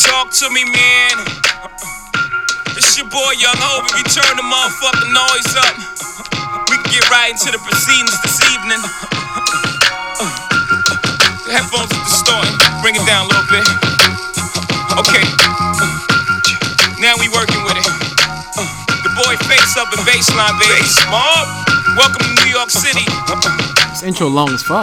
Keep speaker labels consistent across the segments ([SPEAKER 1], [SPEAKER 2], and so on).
[SPEAKER 1] talk to me, man. It's your boy Young Hope, and you turn the motherfucking noise up. We can get right into the proceedings this evening. The headphones at the start, bring it down a little bit. Okay, now we working with it. The boy face up and baseline, baby. Smart. Welcome to New York City.
[SPEAKER 2] This intro long as fuck.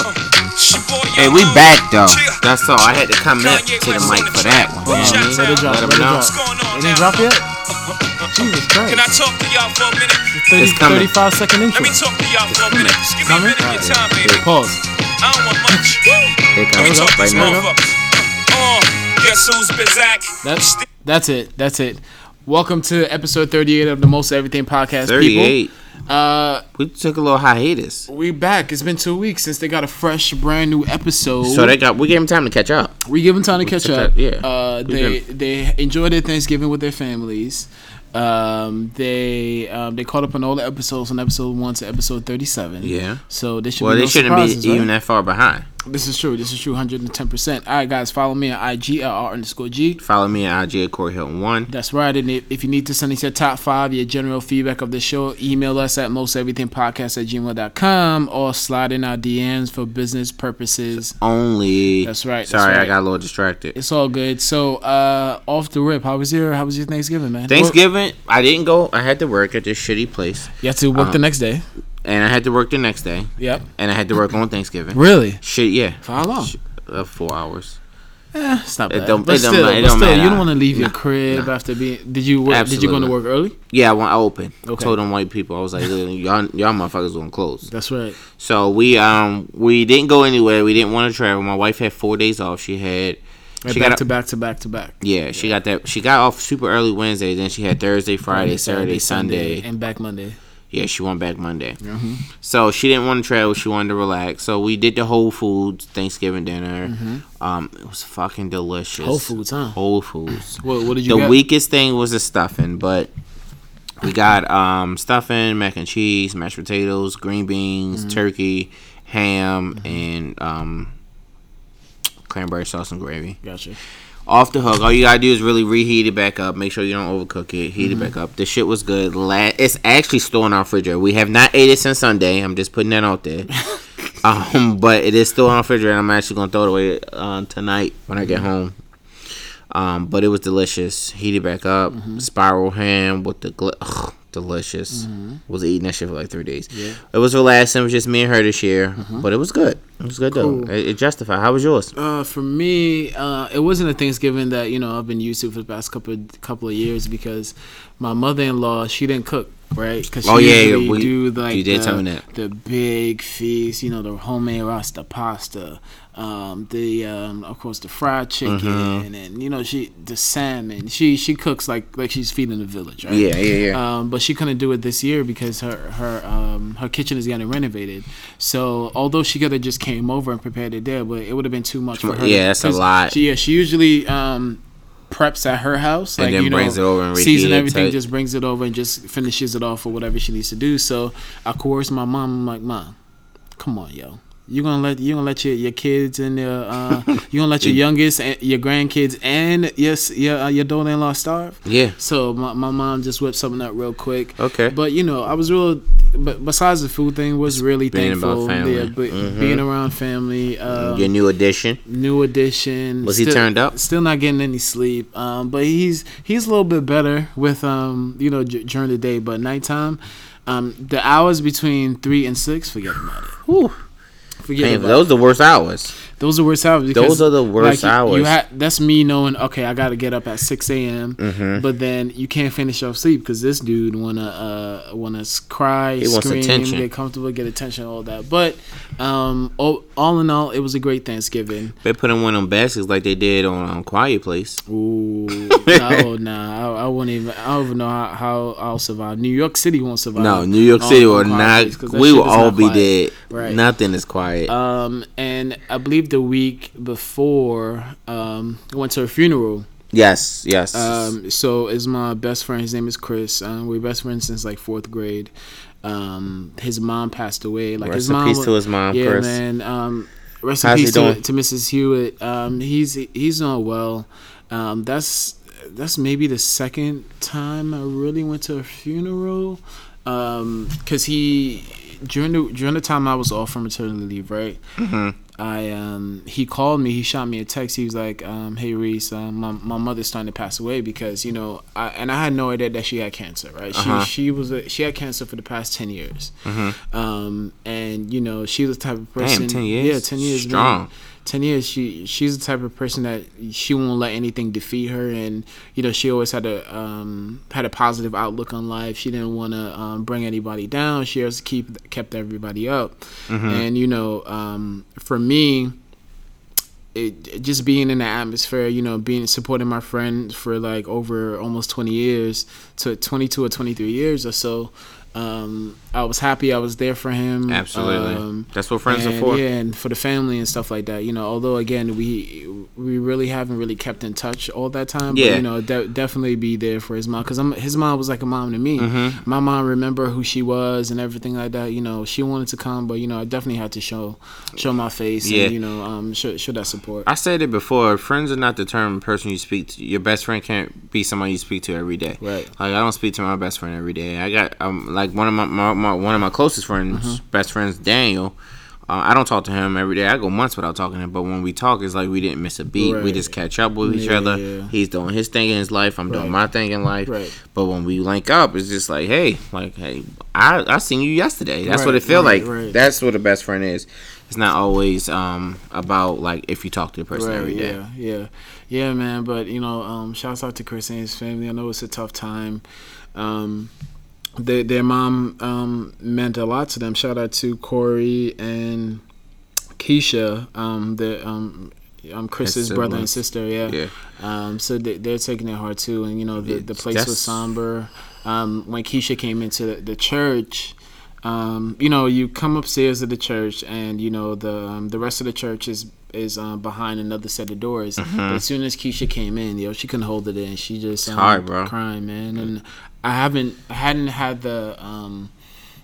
[SPEAKER 1] It's your boy
[SPEAKER 3] Hey,
[SPEAKER 1] Young
[SPEAKER 3] we
[SPEAKER 1] Hope.
[SPEAKER 3] back though.
[SPEAKER 1] Chill.
[SPEAKER 3] That's all. I had to come up
[SPEAKER 1] Kanye
[SPEAKER 3] to the
[SPEAKER 1] West
[SPEAKER 3] mic
[SPEAKER 1] on the
[SPEAKER 3] for that
[SPEAKER 1] track.
[SPEAKER 3] one.
[SPEAKER 2] Yeah,
[SPEAKER 3] You know
[SPEAKER 2] I mean,
[SPEAKER 3] what I
[SPEAKER 2] let it
[SPEAKER 3] mean?
[SPEAKER 2] drop.
[SPEAKER 3] Let
[SPEAKER 2] Let, it
[SPEAKER 3] 'em know.
[SPEAKER 2] drop. It didn't drop yet. Jesus Christ.
[SPEAKER 1] Can I talk to y'all for a minute?
[SPEAKER 2] 30,
[SPEAKER 3] It's coming.
[SPEAKER 2] 35 second
[SPEAKER 1] Let
[SPEAKER 2] intro.
[SPEAKER 1] me talk to y'all for a minute. Just give me a
[SPEAKER 2] Coming?
[SPEAKER 1] minute of your time, baby.
[SPEAKER 2] Pause.
[SPEAKER 1] I don't want much.
[SPEAKER 3] Here
[SPEAKER 1] Let me
[SPEAKER 3] comes
[SPEAKER 1] talk to
[SPEAKER 3] right
[SPEAKER 1] these
[SPEAKER 3] now.
[SPEAKER 1] motherfuckers. Uh, guess who's Bizak?
[SPEAKER 2] That's that's it. That's it. Welcome to episode 38 of the Most Everything Podcast. People.
[SPEAKER 3] Thirty-eight.
[SPEAKER 2] Uh,
[SPEAKER 3] We took a little hiatus,
[SPEAKER 2] we back. It's been two weeks since they got a fresh, brand new episode.
[SPEAKER 3] so they got we gave them time to catch up.
[SPEAKER 2] we give them time to catch
[SPEAKER 3] took
[SPEAKER 2] up.
[SPEAKER 3] that- yeah.
[SPEAKER 2] Uh, they
[SPEAKER 3] We
[SPEAKER 2] they enjoy their Thanksgiving with their families. Um, they um, they caught up on all the episodes from episode one to episode 37.
[SPEAKER 3] Yeah.
[SPEAKER 2] So they should
[SPEAKER 3] Well,
[SPEAKER 2] be no
[SPEAKER 3] they shouldn't be
[SPEAKER 2] surprises, right?
[SPEAKER 3] even that far behind.
[SPEAKER 2] This is true. This is true. Hundred and ten percent. All right, guys, follow me on IG at r underscore g.
[SPEAKER 3] Follow me at IG at Corey Hilton One.
[SPEAKER 2] That's right. And if if you need to send us your top five, your general feedback of the show, email us at mosteverythingpodcast at gmail.com or slide in our DMs for business purposes.
[SPEAKER 3] Only.
[SPEAKER 2] That's right, that's
[SPEAKER 3] Sorry,
[SPEAKER 2] right.
[SPEAKER 3] I got a little distracted.
[SPEAKER 2] It's all good. So, uh, off the rip, how was your how was your Thanksgiving, man?
[SPEAKER 3] Thanksgiving, I didn't go. I had to work at this shitty place,
[SPEAKER 2] You had to work
[SPEAKER 3] Uh-huh.
[SPEAKER 2] the next day.
[SPEAKER 3] and I had to work the next day,
[SPEAKER 2] Yep.
[SPEAKER 3] and I had to work on Thanksgiving.
[SPEAKER 2] Really?
[SPEAKER 3] Shit, yeah.
[SPEAKER 2] For how long?
[SPEAKER 3] Sh- Uh, four hours.
[SPEAKER 2] Eh, it's not
[SPEAKER 3] It
[SPEAKER 2] bad.
[SPEAKER 3] don't-
[SPEAKER 2] but
[SPEAKER 3] it don't
[SPEAKER 2] still,
[SPEAKER 3] ma- it
[SPEAKER 2] but
[SPEAKER 3] don't
[SPEAKER 2] still,
[SPEAKER 3] matter.
[SPEAKER 2] you don't want to leave your
[SPEAKER 3] Nah,
[SPEAKER 2] crib after being. Did you work, Did you go
[SPEAKER 3] Absolutely
[SPEAKER 2] to
[SPEAKER 3] not.
[SPEAKER 2] work early?
[SPEAKER 3] Yeah, when I opened,
[SPEAKER 2] Okay.
[SPEAKER 3] told them white people, I was like, "Look, y'all, y'all motherfuckers gonna close.
[SPEAKER 2] That's right.
[SPEAKER 3] So we um we didn't go anywhere. We didn't want to travel. My wife had four days off. She had
[SPEAKER 2] Right
[SPEAKER 3] she
[SPEAKER 2] back
[SPEAKER 3] got
[SPEAKER 2] to back to back to back.
[SPEAKER 3] yeah she got that she got off super early Wednesday. Then she had Thursday, Friday, Saturday, Sunday.
[SPEAKER 2] and Mm-hmm. back Monday.
[SPEAKER 3] Yeah, she went back Monday. So she didn't want to travel. She wanted to relax. So we did the Whole Foods Thanksgiving dinner. Um, it was fucking delicious.
[SPEAKER 2] Mm-hmm. Whole Foods, huh?
[SPEAKER 3] Whole Foods.
[SPEAKER 2] What, what did you
[SPEAKER 3] the
[SPEAKER 2] get?
[SPEAKER 3] weakest thing was the stuffing, but we got um stuffing, mac and cheese, mashed potatoes, green
[SPEAKER 2] Mm-hmm.
[SPEAKER 3] beans, turkey, ham, and um cranberry sauce and gravy.
[SPEAKER 2] Gotcha.
[SPEAKER 3] Off the hook. All you gotta do is really reheat it back up. Make sure you don't overcook it. Heat it back up. The shit was good. La- it's actually still in our refrigerator. We have not ate it since Sunday. I'm just putting that out there. um, but it is still in our refrigerator. I'm actually gonna throw it away uh, tonight when I get home. Um, but it was delicious. Heated back up, spiral ham with the gl- ugh, delicious. Was eating that shit for like three days. It was relaxing. It was just me and her this year, but it was good. It was good
[SPEAKER 2] Cool.
[SPEAKER 3] though. It, it justified. How was yours?
[SPEAKER 2] Uh, for me, uh, it wasn't a Thanksgiving that you know I've been used to for the past couple couple of years because my mother in law she didn't cook right because she
[SPEAKER 3] Oh, yeah, yeah,
[SPEAKER 2] usually
[SPEAKER 3] we-
[SPEAKER 2] do like
[SPEAKER 3] you did
[SPEAKER 2] the,
[SPEAKER 3] tell me that.
[SPEAKER 2] the big feast, you know, the homemade rasta pasta, um, the um, of course the fried
[SPEAKER 3] Mm-hmm.
[SPEAKER 2] chicken and you know she the salmon. She she cooks like like she's feeding the village, right?
[SPEAKER 3] Yeah, yeah, yeah.
[SPEAKER 2] Um, but she couldn't do it this year because her her um, her kitchen is getting renovated. So although she could have just came over and prepared it there, but it would have been too much for her.
[SPEAKER 3] Yeah, that's a
[SPEAKER 2] 'Cause
[SPEAKER 3] lot.
[SPEAKER 2] She, yeah, she usually um, preps at her house,
[SPEAKER 3] And
[SPEAKER 2] like
[SPEAKER 3] then
[SPEAKER 2] you know,
[SPEAKER 3] brings it over and
[SPEAKER 2] season
[SPEAKER 3] reheat it
[SPEAKER 2] everything,
[SPEAKER 3] tight.
[SPEAKER 2] just brings it over and just finishes it off or whatever she needs to do. So I coerced my mom. I'm like, mom, come on, yo. You gonna let you gonna let your, your kids and your uh, you gonna let your youngest and your grandkids and your s- your uh, your daughter in law starve?
[SPEAKER 3] Yeah.
[SPEAKER 2] So my, my mom just whipped something up real quick.
[SPEAKER 3] Okay.
[SPEAKER 2] But you know, I was real. But besides the food thing, was really
[SPEAKER 3] being about
[SPEAKER 2] thankful.
[SPEAKER 3] family. Mm-hmm.
[SPEAKER 2] Yeah, but being around family. Um,
[SPEAKER 3] Your new addition.
[SPEAKER 2] New addition.
[SPEAKER 3] Was he turned up?
[SPEAKER 2] Still not getting any sleep. Um, but he's he's a little bit better with um you know j- during the day, but nighttime, um the hours between three and six, forget about it.
[SPEAKER 3] Whew.
[SPEAKER 2] Forget
[SPEAKER 3] Man,
[SPEAKER 2] about it.
[SPEAKER 3] those the worst hours.
[SPEAKER 2] Those are worst hours. because,
[SPEAKER 3] Those are the worst
[SPEAKER 2] like, you- You
[SPEAKER 3] hours.
[SPEAKER 2] ha- that's me knowing. Okay, I got to get up at six a.m.
[SPEAKER 3] Mm-hmm.
[SPEAKER 2] But then you can't finish your sleep because this dude wanna uh wanna s- cry,
[SPEAKER 3] He wants
[SPEAKER 2] scream,
[SPEAKER 3] attention.
[SPEAKER 2] get comfortable, get attention, all that. But um, all, all in all, it was a great Thanksgiving.
[SPEAKER 3] They put in one of them baskets like they did on um, Quiet Place.
[SPEAKER 2] Ooh, no, nah, I, I wouldn't even. I don't even know how, how I'll survive. New York City won't survive.
[SPEAKER 3] No, New York
[SPEAKER 2] on-
[SPEAKER 3] City
[SPEAKER 2] Oh, on
[SPEAKER 3] will
[SPEAKER 2] Quiet
[SPEAKER 3] not.
[SPEAKER 2] Place, 'cause that
[SPEAKER 3] We
[SPEAKER 2] shit
[SPEAKER 3] will
[SPEAKER 2] is
[SPEAKER 3] all
[SPEAKER 2] not
[SPEAKER 3] be
[SPEAKER 2] quiet.
[SPEAKER 3] dead.
[SPEAKER 2] Right.
[SPEAKER 3] Nothing is quiet.
[SPEAKER 2] Um, and I believe the week before, um, I went to a funeral.
[SPEAKER 3] yes, yes.
[SPEAKER 2] Um, so is my best friend. His name is Chris. Um, we're best friends since like fourth grade. Um, his mom passed away. Like his
[SPEAKER 3] Rest in
[SPEAKER 2] mom.
[SPEAKER 3] peace
[SPEAKER 2] wa-
[SPEAKER 3] to his mom,
[SPEAKER 2] Yeah,
[SPEAKER 3] Chris.
[SPEAKER 2] man. Um, rest
[SPEAKER 3] How's
[SPEAKER 2] in
[SPEAKER 3] he
[SPEAKER 2] peace to,
[SPEAKER 3] doing?
[SPEAKER 2] to Mrs. Hewitt. Um, he's he's doing well. Um, that's that's maybe the second time I really went to a funeral. Um, cause he during the during the time I was off from maternity leave, right?
[SPEAKER 3] Mm-hmm.
[SPEAKER 2] I um he called me. He shot me a text. He was like, um, "Hey Reese, um, my my mother's starting to pass away because you know I and I had no idea that she had cancer. Right?
[SPEAKER 3] Uh-huh.
[SPEAKER 2] She she was a, she had cancer for the past ten years.
[SPEAKER 3] Mm-hmm.
[SPEAKER 2] Um, and you know she was the type of person.
[SPEAKER 3] 10 years?
[SPEAKER 2] Yeah, ten years. man.
[SPEAKER 3] Strong.
[SPEAKER 2] Ten years. Um, She she's the type of person that she won't let anything defeat her, and you know she always had a um had a positive outlook on life. She didn't want to um, bring anybody down. She always keep kept everybody up, and you know um for me, it, it- just being in the atmosphere, you know, being supporting my friend for like over almost 20 years to 22 or 23 years or so. Um, I was happy I was there for him.
[SPEAKER 3] Absolutely.
[SPEAKER 2] Um,
[SPEAKER 3] That's what friends are
[SPEAKER 2] and,
[SPEAKER 3] for.
[SPEAKER 2] Yeah, and for the family and stuff like that. You know, although again, we we really haven't really kept in touch all that time. But,
[SPEAKER 3] Yeah.
[SPEAKER 2] you know, de- definitely be there for his mom because his mom was like a mom to me.
[SPEAKER 3] Mm-hmm.
[SPEAKER 2] My mom remember who she was and everything like that. You know, she wanted to come, but you know, I definitely had to show show my face
[SPEAKER 3] Yeah.
[SPEAKER 2] and you know um show, show that support.
[SPEAKER 3] I said it before. Friends are not the term person you speak to. Your best friend can't be someone you speak to every day.
[SPEAKER 2] Right.
[SPEAKER 3] Like I don't speak to my best friend every day. I got um like one of my, my, my one of my closest friends,
[SPEAKER 2] Mm-hmm.
[SPEAKER 3] best friends, Daniel. Uh, I don't talk to him every day. I go months without talking to him. But when we talk, it's like we didn't miss a beat. We
[SPEAKER 2] Right.
[SPEAKER 3] just catch up with each
[SPEAKER 2] Yeah,
[SPEAKER 3] other.
[SPEAKER 2] yeah.
[SPEAKER 3] He's doing his thing in his life. I'm doing
[SPEAKER 2] Right.
[SPEAKER 3] my thing in life.
[SPEAKER 2] Right.
[SPEAKER 3] But when we link up, it's just like, hey, like, hey, I I seen you yesterday. That's what
[SPEAKER 2] Right,
[SPEAKER 3] it feel
[SPEAKER 2] right,
[SPEAKER 3] like.
[SPEAKER 2] right.
[SPEAKER 3] That's what a best friend is. It's not always um about like if you talk to the person every day.
[SPEAKER 2] Yeah, yeah, yeah, man. But you know, um, shouts out to Chris and his family. I know it's a tough time. Um, their their mom um, meant a lot to them. Shout out to Corey and Keisha, um, the um, um, Chris's
[SPEAKER 3] His
[SPEAKER 2] brother and
[SPEAKER 3] siblings.
[SPEAKER 2] sister. Yeah.
[SPEAKER 3] Yeah.
[SPEAKER 2] Um, so they, they're taking it hard too, and you know the, the
[SPEAKER 3] It's-
[SPEAKER 2] place
[SPEAKER 3] that's-
[SPEAKER 2] was somber. Um, when Keisha came into the, the church, um, you know, you come upstairs to the church, and you know the um, the rest of the church is is um, behind another set of doors.
[SPEAKER 3] Mm-hmm.
[SPEAKER 2] But as soon as Keisha came in, yo, she couldn't hold it in. She just um,
[SPEAKER 3] hard, bro.
[SPEAKER 2] crying, man. And I haven't I hadn't had the um,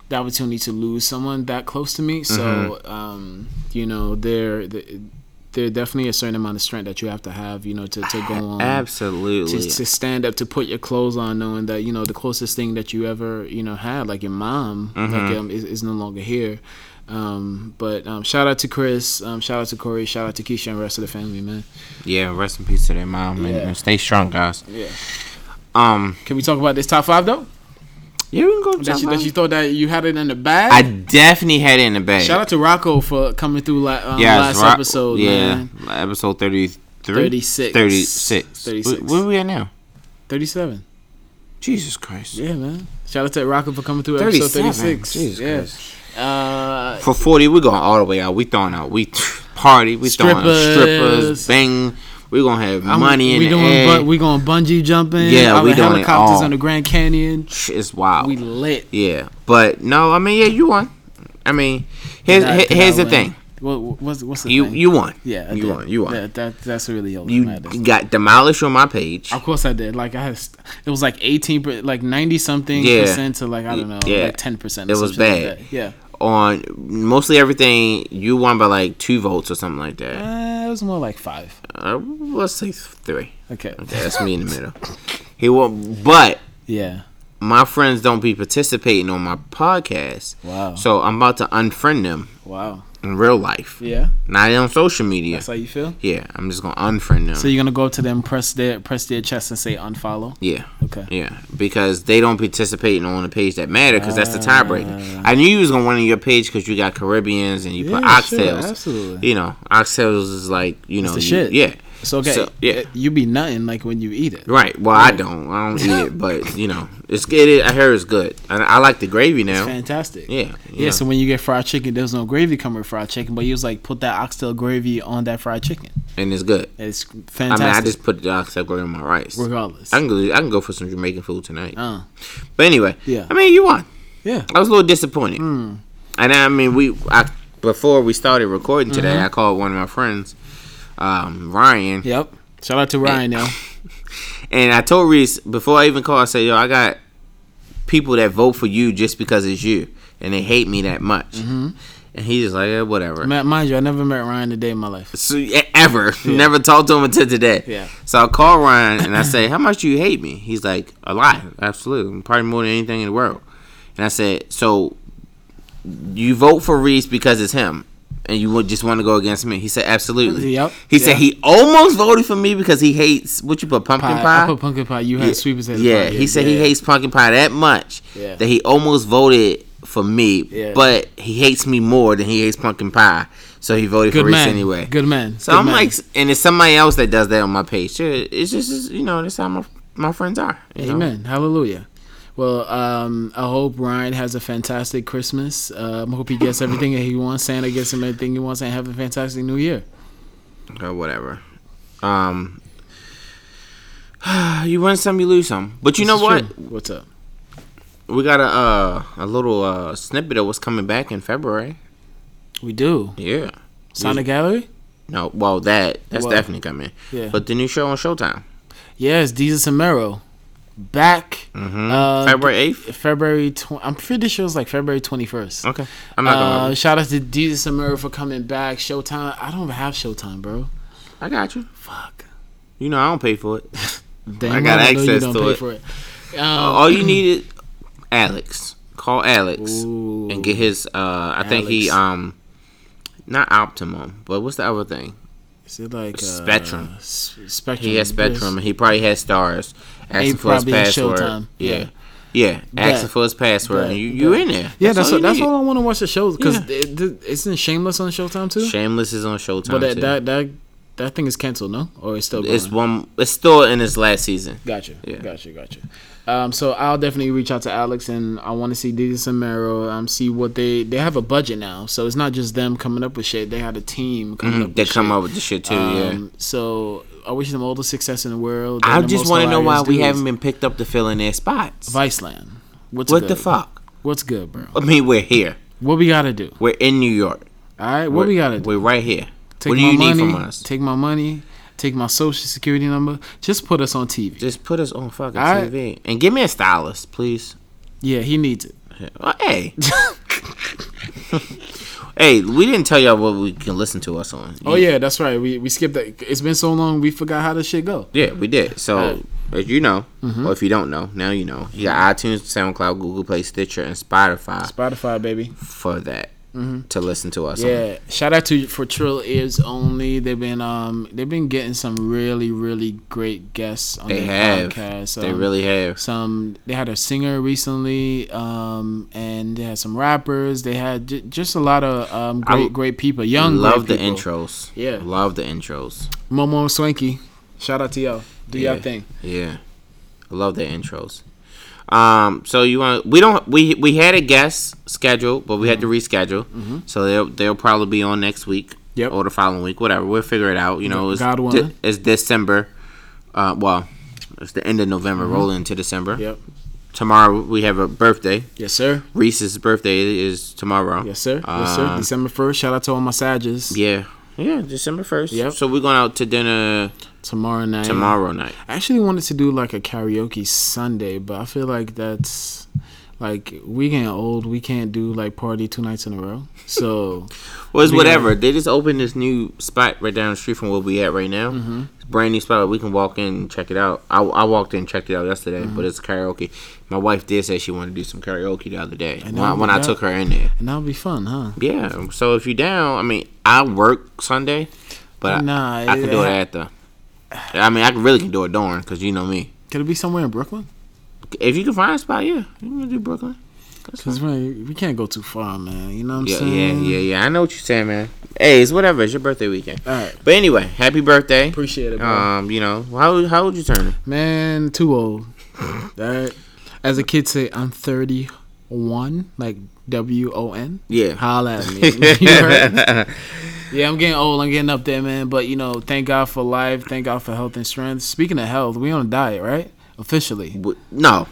[SPEAKER 2] the opportunity to lose someone that close to me. So
[SPEAKER 3] Mm-hmm.
[SPEAKER 2] um, you know, there there- there definitely a certain amount of strength that you have to have, you know, to, to go on.
[SPEAKER 3] Absolutely.
[SPEAKER 2] To, Um, to stand up, to put your clothes on, knowing that you know the closest thing that you ever you know had, like your mom,
[SPEAKER 3] Mm-hmm.
[SPEAKER 2] like um, is, is no longer here. Um, but um, shout out to Chris, um, shout out to Corey, shout out to Keisha and the rest of the family, man.
[SPEAKER 3] yeah, rest in peace to their mom and,
[SPEAKER 2] Yeah.
[SPEAKER 3] and stay strong, guys.
[SPEAKER 2] Yeah.
[SPEAKER 3] Um,
[SPEAKER 2] Can we talk about this top five though?
[SPEAKER 3] yeah, we can go.
[SPEAKER 2] That
[SPEAKER 3] talk
[SPEAKER 2] you,
[SPEAKER 3] about
[SPEAKER 2] that you thought that you had it in the bag.
[SPEAKER 3] I definitely had it in the bag.
[SPEAKER 2] shout out to Rocco for coming through la- um,
[SPEAKER 3] Yes,
[SPEAKER 2] last
[SPEAKER 3] Ro-
[SPEAKER 2] episode,
[SPEAKER 3] Yeah,
[SPEAKER 2] man.
[SPEAKER 3] episode 33?
[SPEAKER 2] 36.
[SPEAKER 3] 36.
[SPEAKER 2] 36.
[SPEAKER 3] Wh- Where, we at now?
[SPEAKER 2] Thirty-seven.
[SPEAKER 3] Jesus Christ.
[SPEAKER 2] Yeah, man. Shout out to Rocco for coming through episode
[SPEAKER 3] 37.
[SPEAKER 2] thirty-six.
[SPEAKER 3] Jesus
[SPEAKER 2] yeah.
[SPEAKER 3] Christ.
[SPEAKER 2] Uh,
[SPEAKER 3] For 40, we're going all the way out. We throwing out. We party. We throwing out
[SPEAKER 2] Strippers.
[SPEAKER 3] strippers. Bang. We're going to have
[SPEAKER 2] I'm-
[SPEAKER 3] money in
[SPEAKER 2] we
[SPEAKER 3] the
[SPEAKER 2] doing
[SPEAKER 3] air.
[SPEAKER 2] bu- we going bungee jumping.
[SPEAKER 3] Yeah,
[SPEAKER 2] our
[SPEAKER 3] we doing it
[SPEAKER 2] helicopters
[SPEAKER 3] all.
[SPEAKER 2] on the Grand Canyon.
[SPEAKER 3] it's wild.
[SPEAKER 2] We lit.
[SPEAKER 3] yeah. But, no, I mean, yeah, you won. I mean, here's,
[SPEAKER 2] Did I-
[SPEAKER 3] he-
[SPEAKER 2] did
[SPEAKER 3] here's
[SPEAKER 2] I win?
[SPEAKER 3] the thing.
[SPEAKER 2] What, what's what's the
[SPEAKER 3] You
[SPEAKER 2] thing?
[SPEAKER 3] you won.
[SPEAKER 2] yeah, I
[SPEAKER 3] you
[SPEAKER 2] did.
[SPEAKER 3] won. You won.
[SPEAKER 2] That, that that's really all that matters.
[SPEAKER 3] You got demolished on my page.
[SPEAKER 2] Of course I did. Like I had, st- it was like eighteen, per- like ninety something
[SPEAKER 3] Yeah.
[SPEAKER 2] percent to like I don't know,
[SPEAKER 3] Yeah.
[SPEAKER 2] like ten percent.
[SPEAKER 3] It was bad.
[SPEAKER 2] yeah,
[SPEAKER 3] On mostly everything, you won by like two votes or something like that.
[SPEAKER 2] uh, it was more like five.
[SPEAKER 3] Uh, let's say three.
[SPEAKER 2] Okay.
[SPEAKER 3] Okay, that's me in the middle. He won, but
[SPEAKER 2] Yeah.
[SPEAKER 3] my friends don't be participating on my podcast.
[SPEAKER 2] Wow.
[SPEAKER 3] So I'm about to unfriend them
[SPEAKER 2] Wow.
[SPEAKER 3] in real life,
[SPEAKER 2] Yeah.
[SPEAKER 3] not on social media.
[SPEAKER 2] That's how you feel.
[SPEAKER 3] yeah, I'm just gonna unfriend them.
[SPEAKER 2] So you're gonna go up to them, press their press their chest, and say unfollow.
[SPEAKER 3] yeah.
[SPEAKER 2] Okay.
[SPEAKER 3] Yeah, because they don't participating on the page that matter because that's the tiebreaker. I knew you was gonna win on your page because you got Caribbeans and you put
[SPEAKER 2] Yeah, sure,
[SPEAKER 3] oxtails.
[SPEAKER 2] absolutely.
[SPEAKER 3] You know, oxtails is like you know
[SPEAKER 2] the
[SPEAKER 3] you-
[SPEAKER 2] shit.
[SPEAKER 3] Yeah.
[SPEAKER 2] It's okay.
[SPEAKER 3] So, yeah.
[SPEAKER 2] You be nothing like when you eat it.
[SPEAKER 3] Right. Well, I don't. I don't eat it, but you know, it's good. I hear it's good. I, I like the gravy now.
[SPEAKER 2] Fantastic.
[SPEAKER 3] yeah.
[SPEAKER 2] Yeah, so when you get fried chicken, there's no gravy coming with fried chicken, but you was like put that oxtail gravy on that fried chicken.
[SPEAKER 3] and it's good.
[SPEAKER 2] It's
[SPEAKER 3] I
[SPEAKER 2] fantastic.
[SPEAKER 3] mean, I just put the oxtail gravy on my rice.
[SPEAKER 2] regardless.
[SPEAKER 3] I can go. I can go for some Jamaican food tonight.
[SPEAKER 2] uh,
[SPEAKER 3] But anyway,
[SPEAKER 2] Yeah.
[SPEAKER 3] I mean, you won.
[SPEAKER 2] yeah. Hmm.
[SPEAKER 3] I was a little disappointed. And I mean, we I, before we started recording today,
[SPEAKER 2] Mm-hmm.
[SPEAKER 3] I called one of my friends, um, Ryan,
[SPEAKER 2] Yep. Shout out to Ryan now.
[SPEAKER 3] and I told Reese before I even called. I said, "Yo, I got
[SPEAKER 2] Mm-hmm.
[SPEAKER 3] people that vote for you just because it's you, and they hate me that much." And he's just like, yeah, whatever.
[SPEAKER 2] Ma- Mind you, I never met Ryan a day in my life.
[SPEAKER 3] So, e- ever. Never talked to him until today.
[SPEAKER 2] Yeah.
[SPEAKER 3] So I call Ryan and I say, How much do you hate me? He's like, A lot. Absolutely. Probably more than anything in the world. And I said, So you vote for Reese because it's him. And you would just want to go against me. He said, Absolutely.
[SPEAKER 2] Yep.
[SPEAKER 3] He said
[SPEAKER 2] Yeah.
[SPEAKER 3] he almost voted for me because he hates what you put, pumpkin
[SPEAKER 2] Pie.
[SPEAKER 3] pie?
[SPEAKER 2] I put pumpkin pie. You had
[SPEAKER 3] yeah,
[SPEAKER 2] sweet potato
[SPEAKER 3] yeah,
[SPEAKER 2] pie.
[SPEAKER 3] he said he
[SPEAKER 2] yeah.
[SPEAKER 3] hates pumpkin pie that much
[SPEAKER 2] Yeah.
[SPEAKER 3] that he almost voted for me,
[SPEAKER 2] Yeah.
[SPEAKER 3] but he hates me more than he hates pumpkin pie, so he voted
[SPEAKER 2] Good
[SPEAKER 3] for
[SPEAKER 2] man.
[SPEAKER 3] Reese anyway.
[SPEAKER 2] Good man.
[SPEAKER 3] So
[SPEAKER 2] Good
[SPEAKER 3] I'm
[SPEAKER 2] man.
[SPEAKER 3] like, and it's somebody else that does that on my page. Sure, It's just it's- you know, that's how my my friends are. you know?
[SPEAKER 2] Amen. Hallelujah. Well, um, I hope Ryan has a fantastic Christmas. Um, I hope he gets everything that he wants. Santa gets him everything he wants, and have a fantastic New Year.
[SPEAKER 3] or whatever. Um, you win some, you lose some. But you
[SPEAKER 2] This
[SPEAKER 3] know
[SPEAKER 2] is
[SPEAKER 3] what?
[SPEAKER 2] true. What's up?
[SPEAKER 3] We got a uh, a little uh, snippet of what's coming back in February.
[SPEAKER 2] We do.
[SPEAKER 3] Yeah.
[SPEAKER 2] Sonic Gallery.
[SPEAKER 3] No, well that that's
[SPEAKER 2] Well,
[SPEAKER 3] definitely coming.
[SPEAKER 2] yeah.
[SPEAKER 3] But the new show on Showtime,
[SPEAKER 2] Yes, Jesus and Mero. Back uh,
[SPEAKER 3] Mm-hmm. February eighth.
[SPEAKER 2] February. Tw- I'm pretty sure it's like February 21st.
[SPEAKER 3] Okay, I'm not
[SPEAKER 2] Uh,
[SPEAKER 3] going.
[SPEAKER 2] shout out to Jesus and Mero for coming back. Showtime. I don't have Showtime, bro.
[SPEAKER 3] I got you.
[SPEAKER 2] Fuck.
[SPEAKER 3] You know I don't pay for it.
[SPEAKER 2] Damn,
[SPEAKER 3] I got
[SPEAKER 2] right, know you
[SPEAKER 3] access
[SPEAKER 2] don't
[SPEAKER 3] to
[SPEAKER 2] pay
[SPEAKER 3] it. Oh,
[SPEAKER 2] for it. Um,
[SPEAKER 3] All you need is Alex. Call Alex
[SPEAKER 2] Ooh.
[SPEAKER 3] oh, and get his. uh I think he
[SPEAKER 2] Alex.
[SPEAKER 3] um, not Optimum, but what's the other thing?
[SPEAKER 2] Is it like uh,
[SPEAKER 3] Spectrum.
[SPEAKER 2] S- Spectrum.
[SPEAKER 3] He has Spectrum. and He probably has Stars. Asking for his
[SPEAKER 2] probably has
[SPEAKER 3] password.
[SPEAKER 2] Showtime.
[SPEAKER 3] Yeah.
[SPEAKER 2] Yeah.
[SPEAKER 3] yeah. Asking for his password.
[SPEAKER 2] Bet,
[SPEAKER 3] and you you
[SPEAKER 2] bet.
[SPEAKER 3] in there?
[SPEAKER 2] Yeah, that's
[SPEAKER 3] all
[SPEAKER 2] what, that's
[SPEAKER 3] you
[SPEAKER 2] all I want to watch the show because
[SPEAKER 3] Yeah.
[SPEAKER 2] it, it, isn't Shameless on Showtime too?
[SPEAKER 3] need. Shameless is on Showtime.
[SPEAKER 2] but that,
[SPEAKER 3] too.
[SPEAKER 2] that that that thing is canceled, no? Or it's still going?
[SPEAKER 3] it's one. It's still in his last season.
[SPEAKER 2] Gotcha.
[SPEAKER 3] Yeah.
[SPEAKER 2] Gotcha. Gotcha. Um, so I'll definitely reach out to Alex and I want to see Didi Samero. Um, see what they they have a budget now, so it's not just them coming up with shit. They had a team coming up.
[SPEAKER 3] Mm-hmm, They
[SPEAKER 2] with
[SPEAKER 3] come
[SPEAKER 2] shit.
[SPEAKER 3] up with the shit too. yeah.
[SPEAKER 2] Um, So I wish them all the success in the world.
[SPEAKER 3] I
[SPEAKER 2] They're the
[SPEAKER 3] just
[SPEAKER 2] most
[SPEAKER 3] want to know why
[SPEAKER 2] hilarious
[SPEAKER 3] we
[SPEAKER 2] dudes.
[SPEAKER 3] haven't been picked up to fill in their spots.
[SPEAKER 2] Viceland. What's
[SPEAKER 3] what
[SPEAKER 2] good?
[SPEAKER 3] the fuck?
[SPEAKER 2] What's good, bro?
[SPEAKER 3] I mean, we're here.
[SPEAKER 2] What we gotta do?
[SPEAKER 3] We're in New York.
[SPEAKER 2] All right, what
[SPEAKER 3] We're-
[SPEAKER 2] we gotta do?
[SPEAKER 3] We're right here.
[SPEAKER 2] Take
[SPEAKER 3] what do
[SPEAKER 2] my
[SPEAKER 3] you
[SPEAKER 2] money,
[SPEAKER 3] need from us?
[SPEAKER 2] Take my money. Take my social security number. Just put us on TV.
[SPEAKER 3] Just put us on fucking
[SPEAKER 2] All right.
[SPEAKER 3] TV and give me a stylist, please.
[SPEAKER 2] yeah, he needs it.
[SPEAKER 3] Uh, Hey. hey, we didn't tell y'all what we can listen to us on.
[SPEAKER 2] Oh yeah, that's right. We we skipped that. It's been so long, we forgot how this shit go.
[SPEAKER 3] Yeah, we did. So,
[SPEAKER 2] Alright.
[SPEAKER 3] as you know,
[SPEAKER 2] Mm-hmm.
[SPEAKER 3] or if you don't know, now you know. You got iTunes, SoundCloud, Google Play, Stitcher, and Spotify
[SPEAKER 2] Spotify, baby.
[SPEAKER 3] for that to listen to us. on.
[SPEAKER 2] Mm-hmm. Yeah, shout out to for Trill Ears Only. They've been um they've been getting some really really great guests on their
[SPEAKER 3] They have.
[SPEAKER 2] podcast.
[SPEAKER 3] They
[SPEAKER 2] Um,
[SPEAKER 3] really have.
[SPEAKER 2] some they had a singer recently um and they had some rappers they had j- just a lot of um
[SPEAKER 3] I
[SPEAKER 2] great great people young
[SPEAKER 3] Love the
[SPEAKER 2] great people.
[SPEAKER 3] intros.
[SPEAKER 2] Yeah.
[SPEAKER 3] Love the intros.
[SPEAKER 2] momo swanky shout out to y'all do
[SPEAKER 3] yeah.
[SPEAKER 2] y'all thing
[SPEAKER 3] Yeah. I love the intros. Um, so you want we don't we we had a guest scheduled, but we had to
[SPEAKER 2] Mm-hmm.
[SPEAKER 3] reschedule. So they'll they'll probably be on next week.
[SPEAKER 2] Yep.
[SPEAKER 3] Or the following week, whatever. We'll figure it out. You know, it's
[SPEAKER 2] God
[SPEAKER 3] de-
[SPEAKER 2] willing.
[SPEAKER 3] it's December. Uh, well, it's the end of November, rolling into December.
[SPEAKER 2] Mm-hmm. yep
[SPEAKER 3] Tomorrow we have a birthday.
[SPEAKER 2] yes sir
[SPEAKER 3] Reese's birthday is tomorrow.
[SPEAKER 2] yes sir yes sir
[SPEAKER 3] Uh,
[SPEAKER 2] december 1st shout out to all my sages
[SPEAKER 3] Yeah. Yeah, December first.
[SPEAKER 2] Yep.
[SPEAKER 3] So we're going out to dinner
[SPEAKER 2] tomorrow night
[SPEAKER 3] tomorrow night.
[SPEAKER 2] i actually wanted to do like a karaoke sunday but i feel like that's like we getting old we can't do like party two nights in a row so
[SPEAKER 3] Well, it's
[SPEAKER 2] Yeah.
[SPEAKER 3] whatever. They just opened this new spot right down the street from where we at right now. It's a brand new spot. We can walk in and check it out. I, I walked in and checked it out yesterday, but it's karaoke. My wife did say she wanted to do some karaoke the other day when,
[SPEAKER 2] know
[SPEAKER 3] I, when I
[SPEAKER 2] that.
[SPEAKER 3] took her in there.
[SPEAKER 2] and that'll be fun huh
[SPEAKER 3] Yeah. So if you down, I mean, I work Sunday, but
[SPEAKER 2] Nah, eh,
[SPEAKER 3] I, I can do it after. I mean, I can- really can do it during because you know me.
[SPEAKER 2] could it be somewhere in brooklyn
[SPEAKER 3] If you can find a spot, yeah, you can do Brooklyn. That's
[SPEAKER 2] Cause
[SPEAKER 3] fine.
[SPEAKER 2] man, we can't go too far, man. You know what I'm
[SPEAKER 3] Yeah, yeah,
[SPEAKER 2] saying?
[SPEAKER 3] yeah, yeah. I know what you're saying, man. Hey, it's whatever. It's your birthday weekend.
[SPEAKER 2] All right,
[SPEAKER 3] But anyway, happy birthday.
[SPEAKER 2] appreciate it, bro.
[SPEAKER 3] Um, you know, how how old you turn?
[SPEAKER 2] man, too old. All right. As a kid say, I'm 31, like W O N.
[SPEAKER 3] Yeah.
[SPEAKER 2] Holla at me. You heard? yeah, I'm getting old. I'm getting up there, man. But you know, thank God for life. Thank God for health and strength. Speaking of health, we on a diet, right? Officially,
[SPEAKER 3] W- No,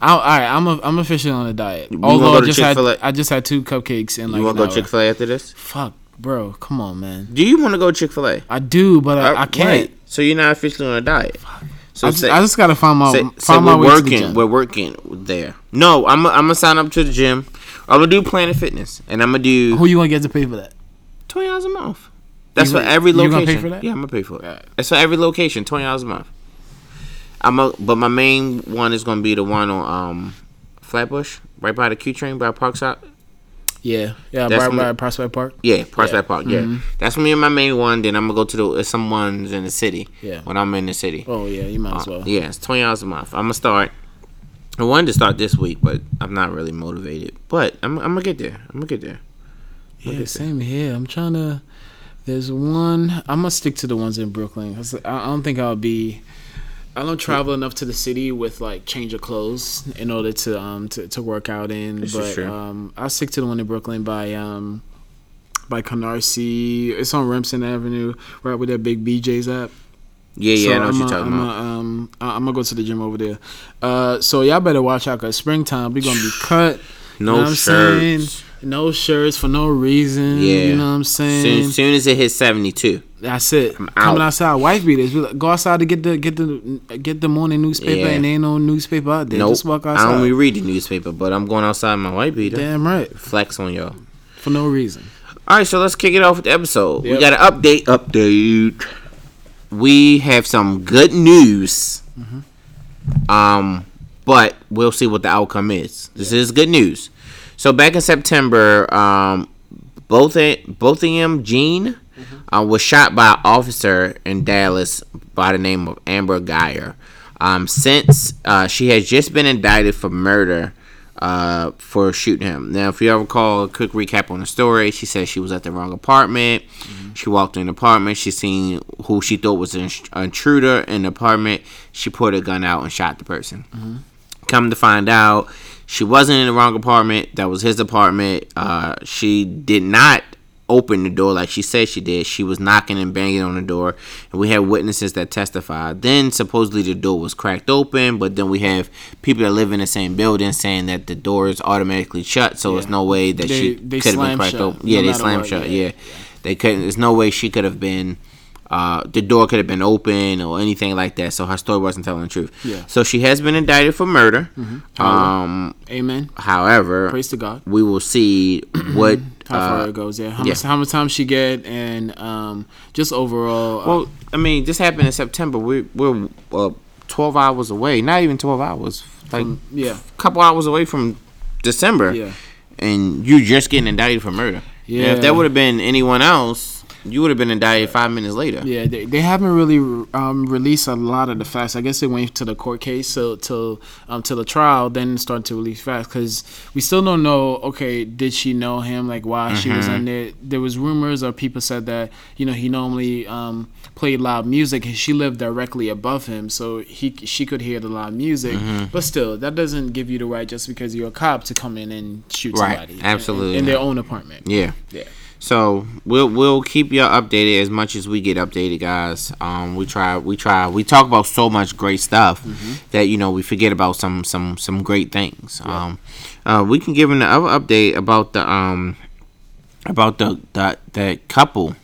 [SPEAKER 2] I, all right. I'm a, I'm officially on a diet.
[SPEAKER 3] wanna
[SPEAKER 2] Although
[SPEAKER 3] go
[SPEAKER 2] I
[SPEAKER 3] to
[SPEAKER 2] just had
[SPEAKER 3] Chick-fil-A?
[SPEAKER 2] I just had two cupcakes in like
[SPEAKER 3] you want
[SPEAKER 2] an
[SPEAKER 3] to go
[SPEAKER 2] hour.
[SPEAKER 3] Chick Fil A after this?
[SPEAKER 2] Fuck, bro, come on, man.
[SPEAKER 3] Do you want to go Chick Fil A?
[SPEAKER 2] I do, but I, I can't.
[SPEAKER 3] So you're not officially on a diet. Uh, So
[SPEAKER 2] I just,
[SPEAKER 3] say,
[SPEAKER 2] I just gotta find my
[SPEAKER 3] say,
[SPEAKER 2] find
[SPEAKER 3] say
[SPEAKER 2] my
[SPEAKER 3] we're
[SPEAKER 2] way to the
[SPEAKER 3] working.
[SPEAKER 2] gym.
[SPEAKER 3] We're working there. No, I'm i I'm gonna sign up to the gym. I'm gonna do Planet Fitness, and I'm gonna do
[SPEAKER 2] Who you gonna get to pay for that?
[SPEAKER 3] twenty dollars a month. That's
[SPEAKER 2] You
[SPEAKER 3] for
[SPEAKER 2] gonna-
[SPEAKER 3] every
[SPEAKER 2] you gonna
[SPEAKER 3] location.
[SPEAKER 2] pay for that?
[SPEAKER 3] Yeah, I'm gonna pay for it. That's for every location, twenty dollars a month. I'm a, but my main one is gonna be the one on um, Flatbush, right by the Q train, by Parkside.
[SPEAKER 2] Yeah, yeah,
[SPEAKER 3] That's
[SPEAKER 2] by,
[SPEAKER 3] my-
[SPEAKER 2] by Prospect Park.
[SPEAKER 3] Yeah, Prospect Park. Yeah,
[SPEAKER 2] Mm-hmm.
[SPEAKER 3] that's me and my main one. Then I'm gonna go to the uh, someone's in the city.
[SPEAKER 2] Yeah.
[SPEAKER 3] when I'm in the city. Uh,
[SPEAKER 2] Oh yeah, you might as well.
[SPEAKER 3] Yeah, it's twenty hours a month. I'm gonna start. I wanted to start this week, but I'm not really motivated. But I'm, I'm gonna get there. I'm gonna get there.
[SPEAKER 2] Yeah, same here. I'm trying to. There's one. I'm gonna stick to the ones in Brooklyn. 'cause I I don't think I'll be. I don't travel enough to the city with like change of clothes in order to um to, to work out in.
[SPEAKER 3] This is
[SPEAKER 2] but
[SPEAKER 3] true.
[SPEAKER 2] um, I'll stick to the one in Brooklyn by um by Canarsie. It's on Remsen Avenue, right where that big BJ's at.
[SPEAKER 3] Yeah, yeah, I know what
[SPEAKER 2] I'm
[SPEAKER 3] you're
[SPEAKER 2] a-
[SPEAKER 3] talking
[SPEAKER 2] I'm a,
[SPEAKER 3] about.
[SPEAKER 2] um, I- I'm gonna go to the gym over there. Uh, so y'all better watch out, cause springtime we gonna be cut. You
[SPEAKER 3] No
[SPEAKER 2] know what I'm saying?
[SPEAKER 3] shirts.
[SPEAKER 2] No shirts for no reason.
[SPEAKER 3] yeah,
[SPEAKER 2] You know what I'm saying?
[SPEAKER 3] Soon, soon as it hits seventy two.
[SPEAKER 2] That's it.
[SPEAKER 3] out.
[SPEAKER 2] Coming outside, wife beaters. We like, go outside to get the get the get the morning newspaper,
[SPEAKER 3] Yeah.
[SPEAKER 2] and there ain't no newspaper out there.
[SPEAKER 3] Nope.
[SPEAKER 2] Just walk
[SPEAKER 3] I
[SPEAKER 2] outside.
[SPEAKER 3] only read the newspaper, but I'm going outside in my white beater.
[SPEAKER 2] Damn right,
[SPEAKER 3] Flex on y'all.
[SPEAKER 2] for no reason.
[SPEAKER 3] All right, so let's kick it off with the episode. We
[SPEAKER 2] Yep.
[SPEAKER 3] got an update. Update. We have some good news.
[SPEAKER 2] Mm-hmm.
[SPEAKER 3] Um, but we'll see what the outcome is. This is good news. So back in September, um, both both of them, Gene, uh, was shot by an officer in Dallas by the name of Amber Geyer. Um, since uh, she has just been indicted for murder uh, for shooting him. Now, if you all recall, a quick recap on the story. She said she was at the wrong apartment. She walked in the apartment. She seen who she thought was an ins- intruder in the apartment. She pulled a gun out and shot the person. Come to find out, she wasn't in the wrong apartment. That was his apartment. Uh, she did not open the door like she said she did. She was knocking and banging on the door, and we had witnesses that testified. Then supposedly the door was cracked open, but then we have people that live in the same building saying that the door is automatically shut, so it's
[SPEAKER 2] Yeah.
[SPEAKER 3] no way that
[SPEAKER 2] They-
[SPEAKER 3] she
[SPEAKER 2] they
[SPEAKER 3] could have been
[SPEAKER 2] slam
[SPEAKER 3] cracked
[SPEAKER 2] shut,
[SPEAKER 3] open.
[SPEAKER 2] no
[SPEAKER 3] Yeah, they
[SPEAKER 2] matter
[SPEAKER 3] slammed
[SPEAKER 2] what,
[SPEAKER 3] shut.
[SPEAKER 2] yeah.
[SPEAKER 3] yeah. They couldn't. There's no way she could have been. Uh, the door could have been open or anything like that. So her story wasn't telling the truth.
[SPEAKER 2] Yeah.
[SPEAKER 3] So she has been indicted for murder. Um.
[SPEAKER 2] Amen.
[SPEAKER 3] However,
[SPEAKER 2] Praise to God.
[SPEAKER 3] we will see what.
[SPEAKER 2] How far
[SPEAKER 3] Uh,
[SPEAKER 2] it goes, yeah. How
[SPEAKER 3] yeah.
[SPEAKER 2] much how much time she get, and um, just overall. uh,
[SPEAKER 3] well, I mean, this happened in September. We we're uh, twelve hours away. Not even twelve hours. Like
[SPEAKER 2] yeah.
[SPEAKER 3] a couple hours away from December.
[SPEAKER 2] Yeah.
[SPEAKER 3] And you just getting indicted for murder. Yeah. if
[SPEAKER 2] Yeah.
[SPEAKER 3] that would have been anyone else, you would have been indicted five minutes later.
[SPEAKER 2] Yeah, they, they haven't really um, released a lot of the facts. I guess they went to the court case so till um, till the trial, then started to release facts because we still don't know. Okay, did she know him? Like why she
[SPEAKER 3] Mm-hmm.
[SPEAKER 2] was in there? There was rumors or people said that you know he normally um, played loud music and she lived directly above him, so he she could hear the loud music.
[SPEAKER 3] Mm-hmm.
[SPEAKER 2] But still, that doesn't give you the right just because you're a cop to come in and shoot
[SPEAKER 3] Right,
[SPEAKER 2] somebody in-
[SPEAKER 3] absolutely
[SPEAKER 2] in, their
[SPEAKER 3] not.
[SPEAKER 2] own apartment.
[SPEAKER 3] Yeah.
[SPEAKER 2] Yeah.
[SPEAKER 3] So we'll we'll keep y'all updated as much as we get updated, guys. Um, we try we try we talk about so much great stuff
[SPEAKER 2] Mm-hmm.
[SPEAKER 3] that you know we forget about some some some great things. Um, uh, we can give them the other update about the um about the that that couple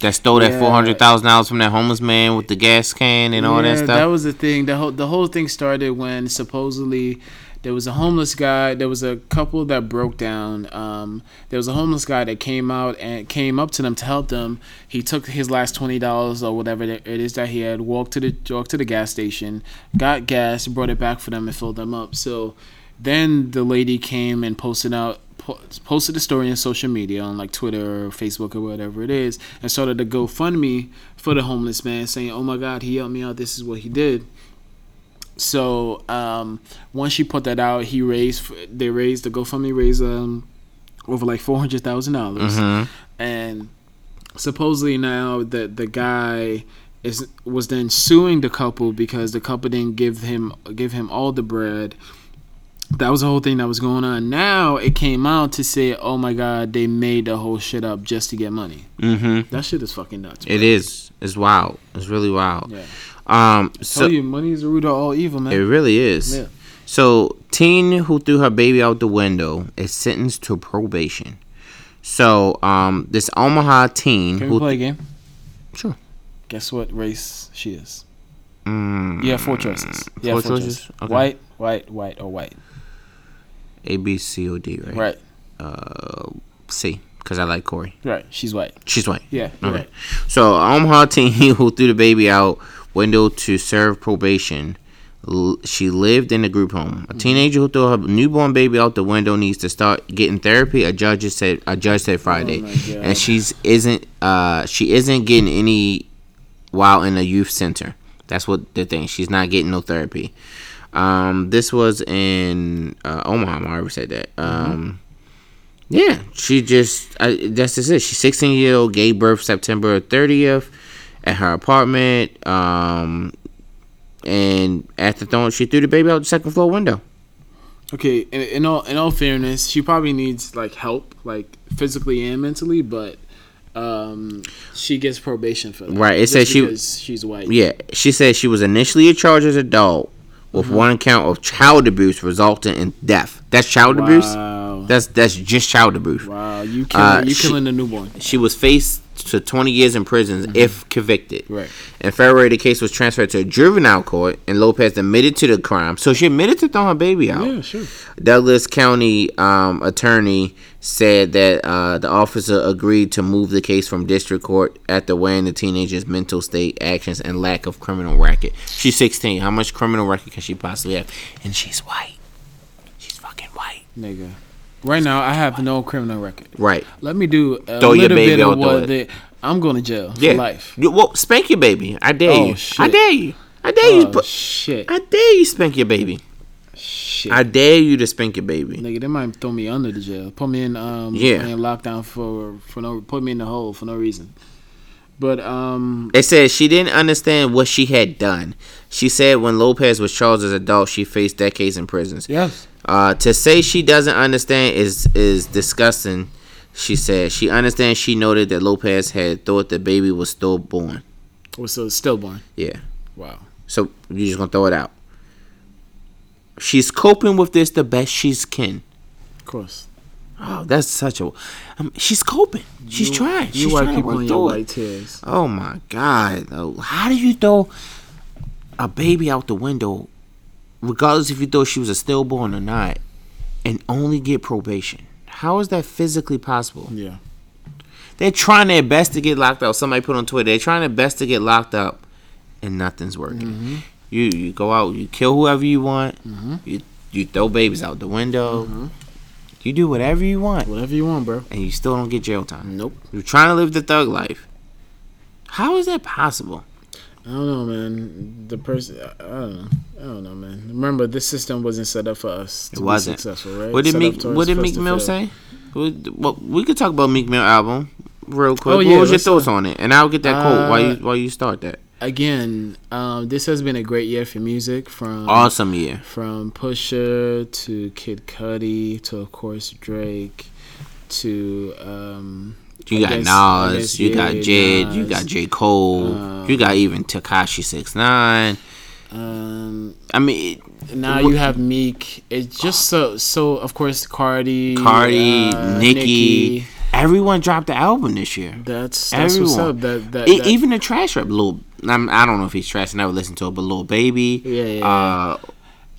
[SPEAKER 3] that stole that
[SPEAKER 2] Yeah.
[SPEAKER 3] four hundred thousand dollars from that homeless man with the gas can and all
[SPEAKER 2] yeah,
[SPEAKER 3] that stuff.
[SPEAKER 2] was the thing. The whole the whole thing started when supposedly there was a homeless guy. There was a couple that broke down. Um, there was a homeless guy that came out and came up to them to help them. He took his last twenty dollars or whatever it is that he had. Walked to the walked to the gas station, got gas, brought it back for them, and filled them up. So then the lady came and posted out po- posted a story on social media on like Twitter or Facebook or whatever it is and started a GoFundMe for the homeless man saying, "Oh my god, he helped me out. This is what he did." So, um once she put that out, he raised they raised the GoFundMe raised um over like $400,000 dollars and supposedly now the the guy is was then suing the couple because the couple didn't give him give him all the bread that was the whole thing that was going on. Now it came out to say, "Oh my God, they made the whole shit up just to get money." Mm-hmm. That shit is fucking nuts. bro.
[SPEAKER 3] It is. It's wild. It's really wild.
[SPEAKER 2] Yeah.
[SPEAKER 3] Um. So
[SPEAKER 2] Tell you, money is the root of all evil, man.
[SPEAKER 3] It really is.
[SPEAKER 2] Yeah.
[SPEAKER 3] So, teen who threw her baby out the window is sentenced to probation. So, um, this Omaha teen
[SPEAKER 2] Can
[SPEAKER 3] who
[SPEAKER 2] we play a game?
[SPEAKER 3] Sure.
[SPEAKER 2] Guess what race she is?
[SPEAKER 3] Mm,
[SPEAKER 2] You have four choices. You have
[SPEAKER 3] Four
[SPEAKER 2] four
[SPEAKER 3] choices?
[SPEAKER 2] choices.
[SPEAKER 3] Okay.
[SPEAKER 2] White, white, white, or white.
[SPEAKER 3] A B C O D right?
[SPEAKER 2] Right.
[SPEAKER 3] uh, C because I like Corey.
[SPEAKER 2] Right. She's white.
[SPEAKER 3] She's white.
[SPEAKER 2] Yeah. you're
[SPEAKER 3] Okay.
[SPEAKER 2] Right.
[SPEAKER 3] So Omaha teen who threw the baby out window to serve probation. L- She lived in a group home.
[SPEAKER 2] Mm-hmm.
[SPEAKER 3] A teenager who threw her newborn baby out the window needs to start getting therapy. A judge just said a judge said Friday,
[SPEAKER 2] Oh my God.
[SPEAKER 3] and she's isn't uh she isn't getting any while in a youth center. That's what the thing. She's not getting no therapy. Um, this was in uh, Omaha. I already said that.
[SPEAKER 2] Mm-hmm.
[SPEAKER 3] Um, yeah, she just I, that's just it. She's 16 year old, gave birth September 30th at her apartment. Um, and after throwing, she threw the baby out the second floor window.
[SPEAKER 2] Okay. In, in all in all fairness, she probably needs like help, like physically and mentally, but um, she gets probation for that.
[SPEAKER 3] Right, it
[SPEAKER 2] just
[SPEAKER 3] says she-
[SPEAKER 2] because she's white.
[SPEAKER 3] Yeah, she said she was initially charged as adult with
[SPEAKER 2] Uh-huh.
[SPEAKER 3] one count of child abuse resulting in death. That's child abuse.
[SPEAKER 2] Wow.
[SPEAKER 3] That's that's just child abuse.
[SPEAKER 2] Wow. You killing
[SPEAKER 3] Uh,
[SPEAKER 2] you
[SPEAKER 3] she-
[SPEAKER 2] killing the newborn.
[SPEAKER 3] She was faced to 20 years in prison if convicted.
[SPEAKER 2] Mm-hmm. Right.
[SPEAKER 3] In February, the case was transferred to a juvenile court, and Lopez admitted to the crime. So she admitted to throwing her baby out.
[SPEAKER 2] Yeah. Sure.
[SPEAKER 3] Douglas County um, attorney said that uh, the officer agreed to move the case from district court after weighing the teenager's mental state, actions, and lack of criminal record. She's 16. How much criminal record can she possibly have? And she's white. She's fucking white.
[SPEAKER 2] Nigga. Right now, I have no criminal record.
[SPEAKER 3] Right.
[SPEAKER 2] Let me do a
[SPEAKER 3] Throw your
[SPEAKER 2] little
[SPEAKER 3] baby
[SPEAKER 2] bit
[SPEAKER 3] out
[SPEAKER 2] of
[SPEAKER 3] the
[SPEAKER 2] what
[SPEAKER 3] way.
[SPEAKER 2] the, I'm going to jail
[SPEAKER 3] Yeah.
[SPEAKER 2] for life.
[SPEAKER 3] You- Well, spank your baby. I dare
[SPEAKER 2] Oh,
[SPEAKER 3] you. I
[SPEAKER 2] shit.
[SPEAKER 3] dare you. I dare you.
[SPEAKER 2] Oh,
[SPEAKER 3] Put,
[SPEAKER 2] shit.
[SPEAKER 3] I dare you spank your baby.
[SPEAKER 2] shit.
[SPEAKER 3] I dare you to spank your baby.
[SPEAKER 2] Nigga, they might throw me under the jail. Put me in um
[SPEAKER 3] Yeah.
[SPEAKER 2] in lockdown for for no put me in the hole for no reason. But um
[SPEAKER 3] It says she didn't understand what she had done. She said when Lopez was charged as adult, she faced decades in prison.
[SPEAKER 2] yes.
[SPEAKER 3] Uh, to say she doesn't understand is is disgusting. She said she understands. She noted that Lopez had thought the baby was still born.
[SPEAKER 2] Well, so it's stillborn.
[SPEAKER 3] Yeah,
[SPEAKER 2] Wow.
[SPEAKER 3] so you just gonna throw it out. She's coping with this the best she's can.
[SPEAKER 2] Of course.
[SPEAKER 3] Oh, that's such a. Um, she's coping. She's trying.
[SPEAKER 2] You
[SPEAKER 3] she's
[SPEAKER 2] white
[SPEAKER 3] trying to
[SPEAKER 2] people
[SPEAKER 3] work
[SPEAKER 2] and
[SPEAKER 3] through
[SPEAKER 2] your
[SPEAKER 3] it.
[SPEAKER 2] white tears.
[SPEAKER 3] Oh my God! though. How do you throw a baby out the window, regardless if you thought she was a stillborn or not, and only get probation? How is that physically possible?
[SPEAKER 2] Yeah.
[SPEAKER 3] They're trying their best to get locked up. Somebody put on Twitter, they're trying their best to get locked up, and nothing's working. You you go out, you kill whoever you want. You you throw babies out the window. You do whatever you want,
[SPEAKER 2] Whatever you want, bro.
[SPEAKER 3] and you still don't get jail time.
[SPEAKER 2] Nope.
[SPEAKER 3] You're trying to live the thug life. How is that possible?
[SPEAKER 2] I don't know, man. The person, I I don't know. I don't know, man. Remember, this system wasn't set up for us to
[SPEAKER 3] It wasn't.
[SPEAKER 2] be successful, right?
[SPEAKER 3] What did
[SPEAKER 2] Set
[SPEAKER 3] Meek
[SPEAKER 2] up towards
[SPEAKER 3] What did
[SPEAKER 2] us
[SPEAKER 3] Meek
[SPEAKER 2] to
[SPEAKER 3] Mill
[SPEAKER 2] fail.
[SPEAKER 3] say? What- Well, we could talk about Meek Mill album real quick.
[SPEAKER 2] Oh, yeah,
[SPEAKER 3] what was your
[SPEAKER 2] let's,
[SPEAKER 3] thoughts on it? And I'll get that quote while
[SPEAKER 2] Uh,
[SPEAKER 3] you while you start that.
[SPEAKER 2] Again, um, this has been a great year for music. From
[SPEAKER 3] Awesome year.
[SPEAKER 2] from Pusha to Kid Cudi to of course Drake to um
[SPEAKER 3] You
[SPEAKER 2] I
[SPEAKER 3] got
[SPEAKER 2] guess- I
[SPEAKER 3] Nas,
[SPEAKER 2] guess,
[SPEAKER 3] you got
[SPEAKER 2] yeah,
[SPEAKER 3] Jid, you got
[SPEAKER 2] Nas. Uh,
[SPEAKER 3] J Cole, you got even Takashi Six Nine.
[SPEAKER 2] um
[SPEAKER 3] I mean,
[SPEAKER 2] now you have Meek. It's just so so of course Cardi,
[SPEAKER 3] Cardi,
[SPEAKER 2] uh,
[SPEAKER 3] Nicki,
[SPEAKER 2] Nicki.
[SPEAKER 3] everyone dropped the album this year.
[SPEAKER 2] That's that's
[SPEAKER 3] Everyone,
[SPEAKER 2] what's up. That that,
[SPEAKER 3] E-
[SPEAKER 2] that-
[SPEAKER 3] even the trash rap, Lil. I'm, I don't know if he's trash. I never listened to it, but Lil Baby,
[SPEAKER 2] Yeah, yeah,
[SPEAKER 3] uh,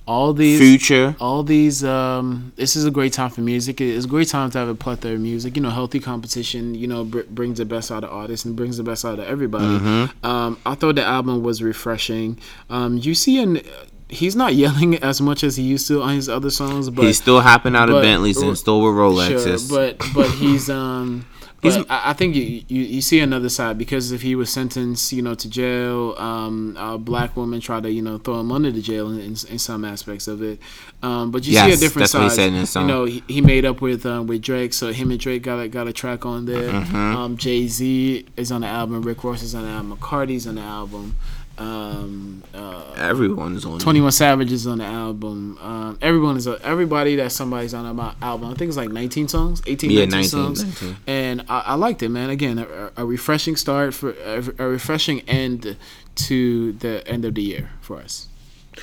[SPEAKER 2] all these
[SPEAKER 3] Future,
[SPEAKER 2] all these um this is a great time for music It- it's a great time to have a plethora of music you know healthy competition you know br- brings the best out of artists and brings the best out of everybody um i thought the album was refreshing um you see and he's not yelling as much as he used to on his other songs but
[SPEAKER 3] he's still hopping out
[SPEAKER 2] but-
[SPEAKER 3] of Bentleys and still with Rolexes.
[SPEAKER 2] Sure, but but he's um.
[SPEAKER 3] He's-
[SPEAKER 2] but I I think you, you you see another side because if he was sentenced, you know, to jail, um, a black woman tried to you know throw him under the jail in, in, in some aspects of it. Um, but you see a
[SPEAKER 3] Yes,
[SPEAKER 2] different
[SPEAKER 3] that's what he
[SPEAKER 2] side.
[SPEAKER 3] said in his song.
[SPEAKER 2] You know, he, he made up with um, with Drake, so him and Drake got a, got a track on there.
[SPEAKER 3] Mm-hmm.
[SPEAKER 2] Um, Jay Z is on the album. Rick Ross is on the album. Cardi's on the album. Um, uh,
[SPEAKER 3] Everyone's on.
[SPEAKER 2] Twenty One Savage is on the album. Um, everyone is everybody that somebody's on my album. I think it's like nineteen songs, 18,
[SPEAKER 3] Yeah,
[SPEAKER 2] 19,
[SPEAKER 3] 19,
[SPEAKER 2] songs,
[SPEAKER 3] 19.
[SPEAKER 2] and I, I liked it, man. Again, a, a refreshing start for a, a refreshing end to the end of the year for us.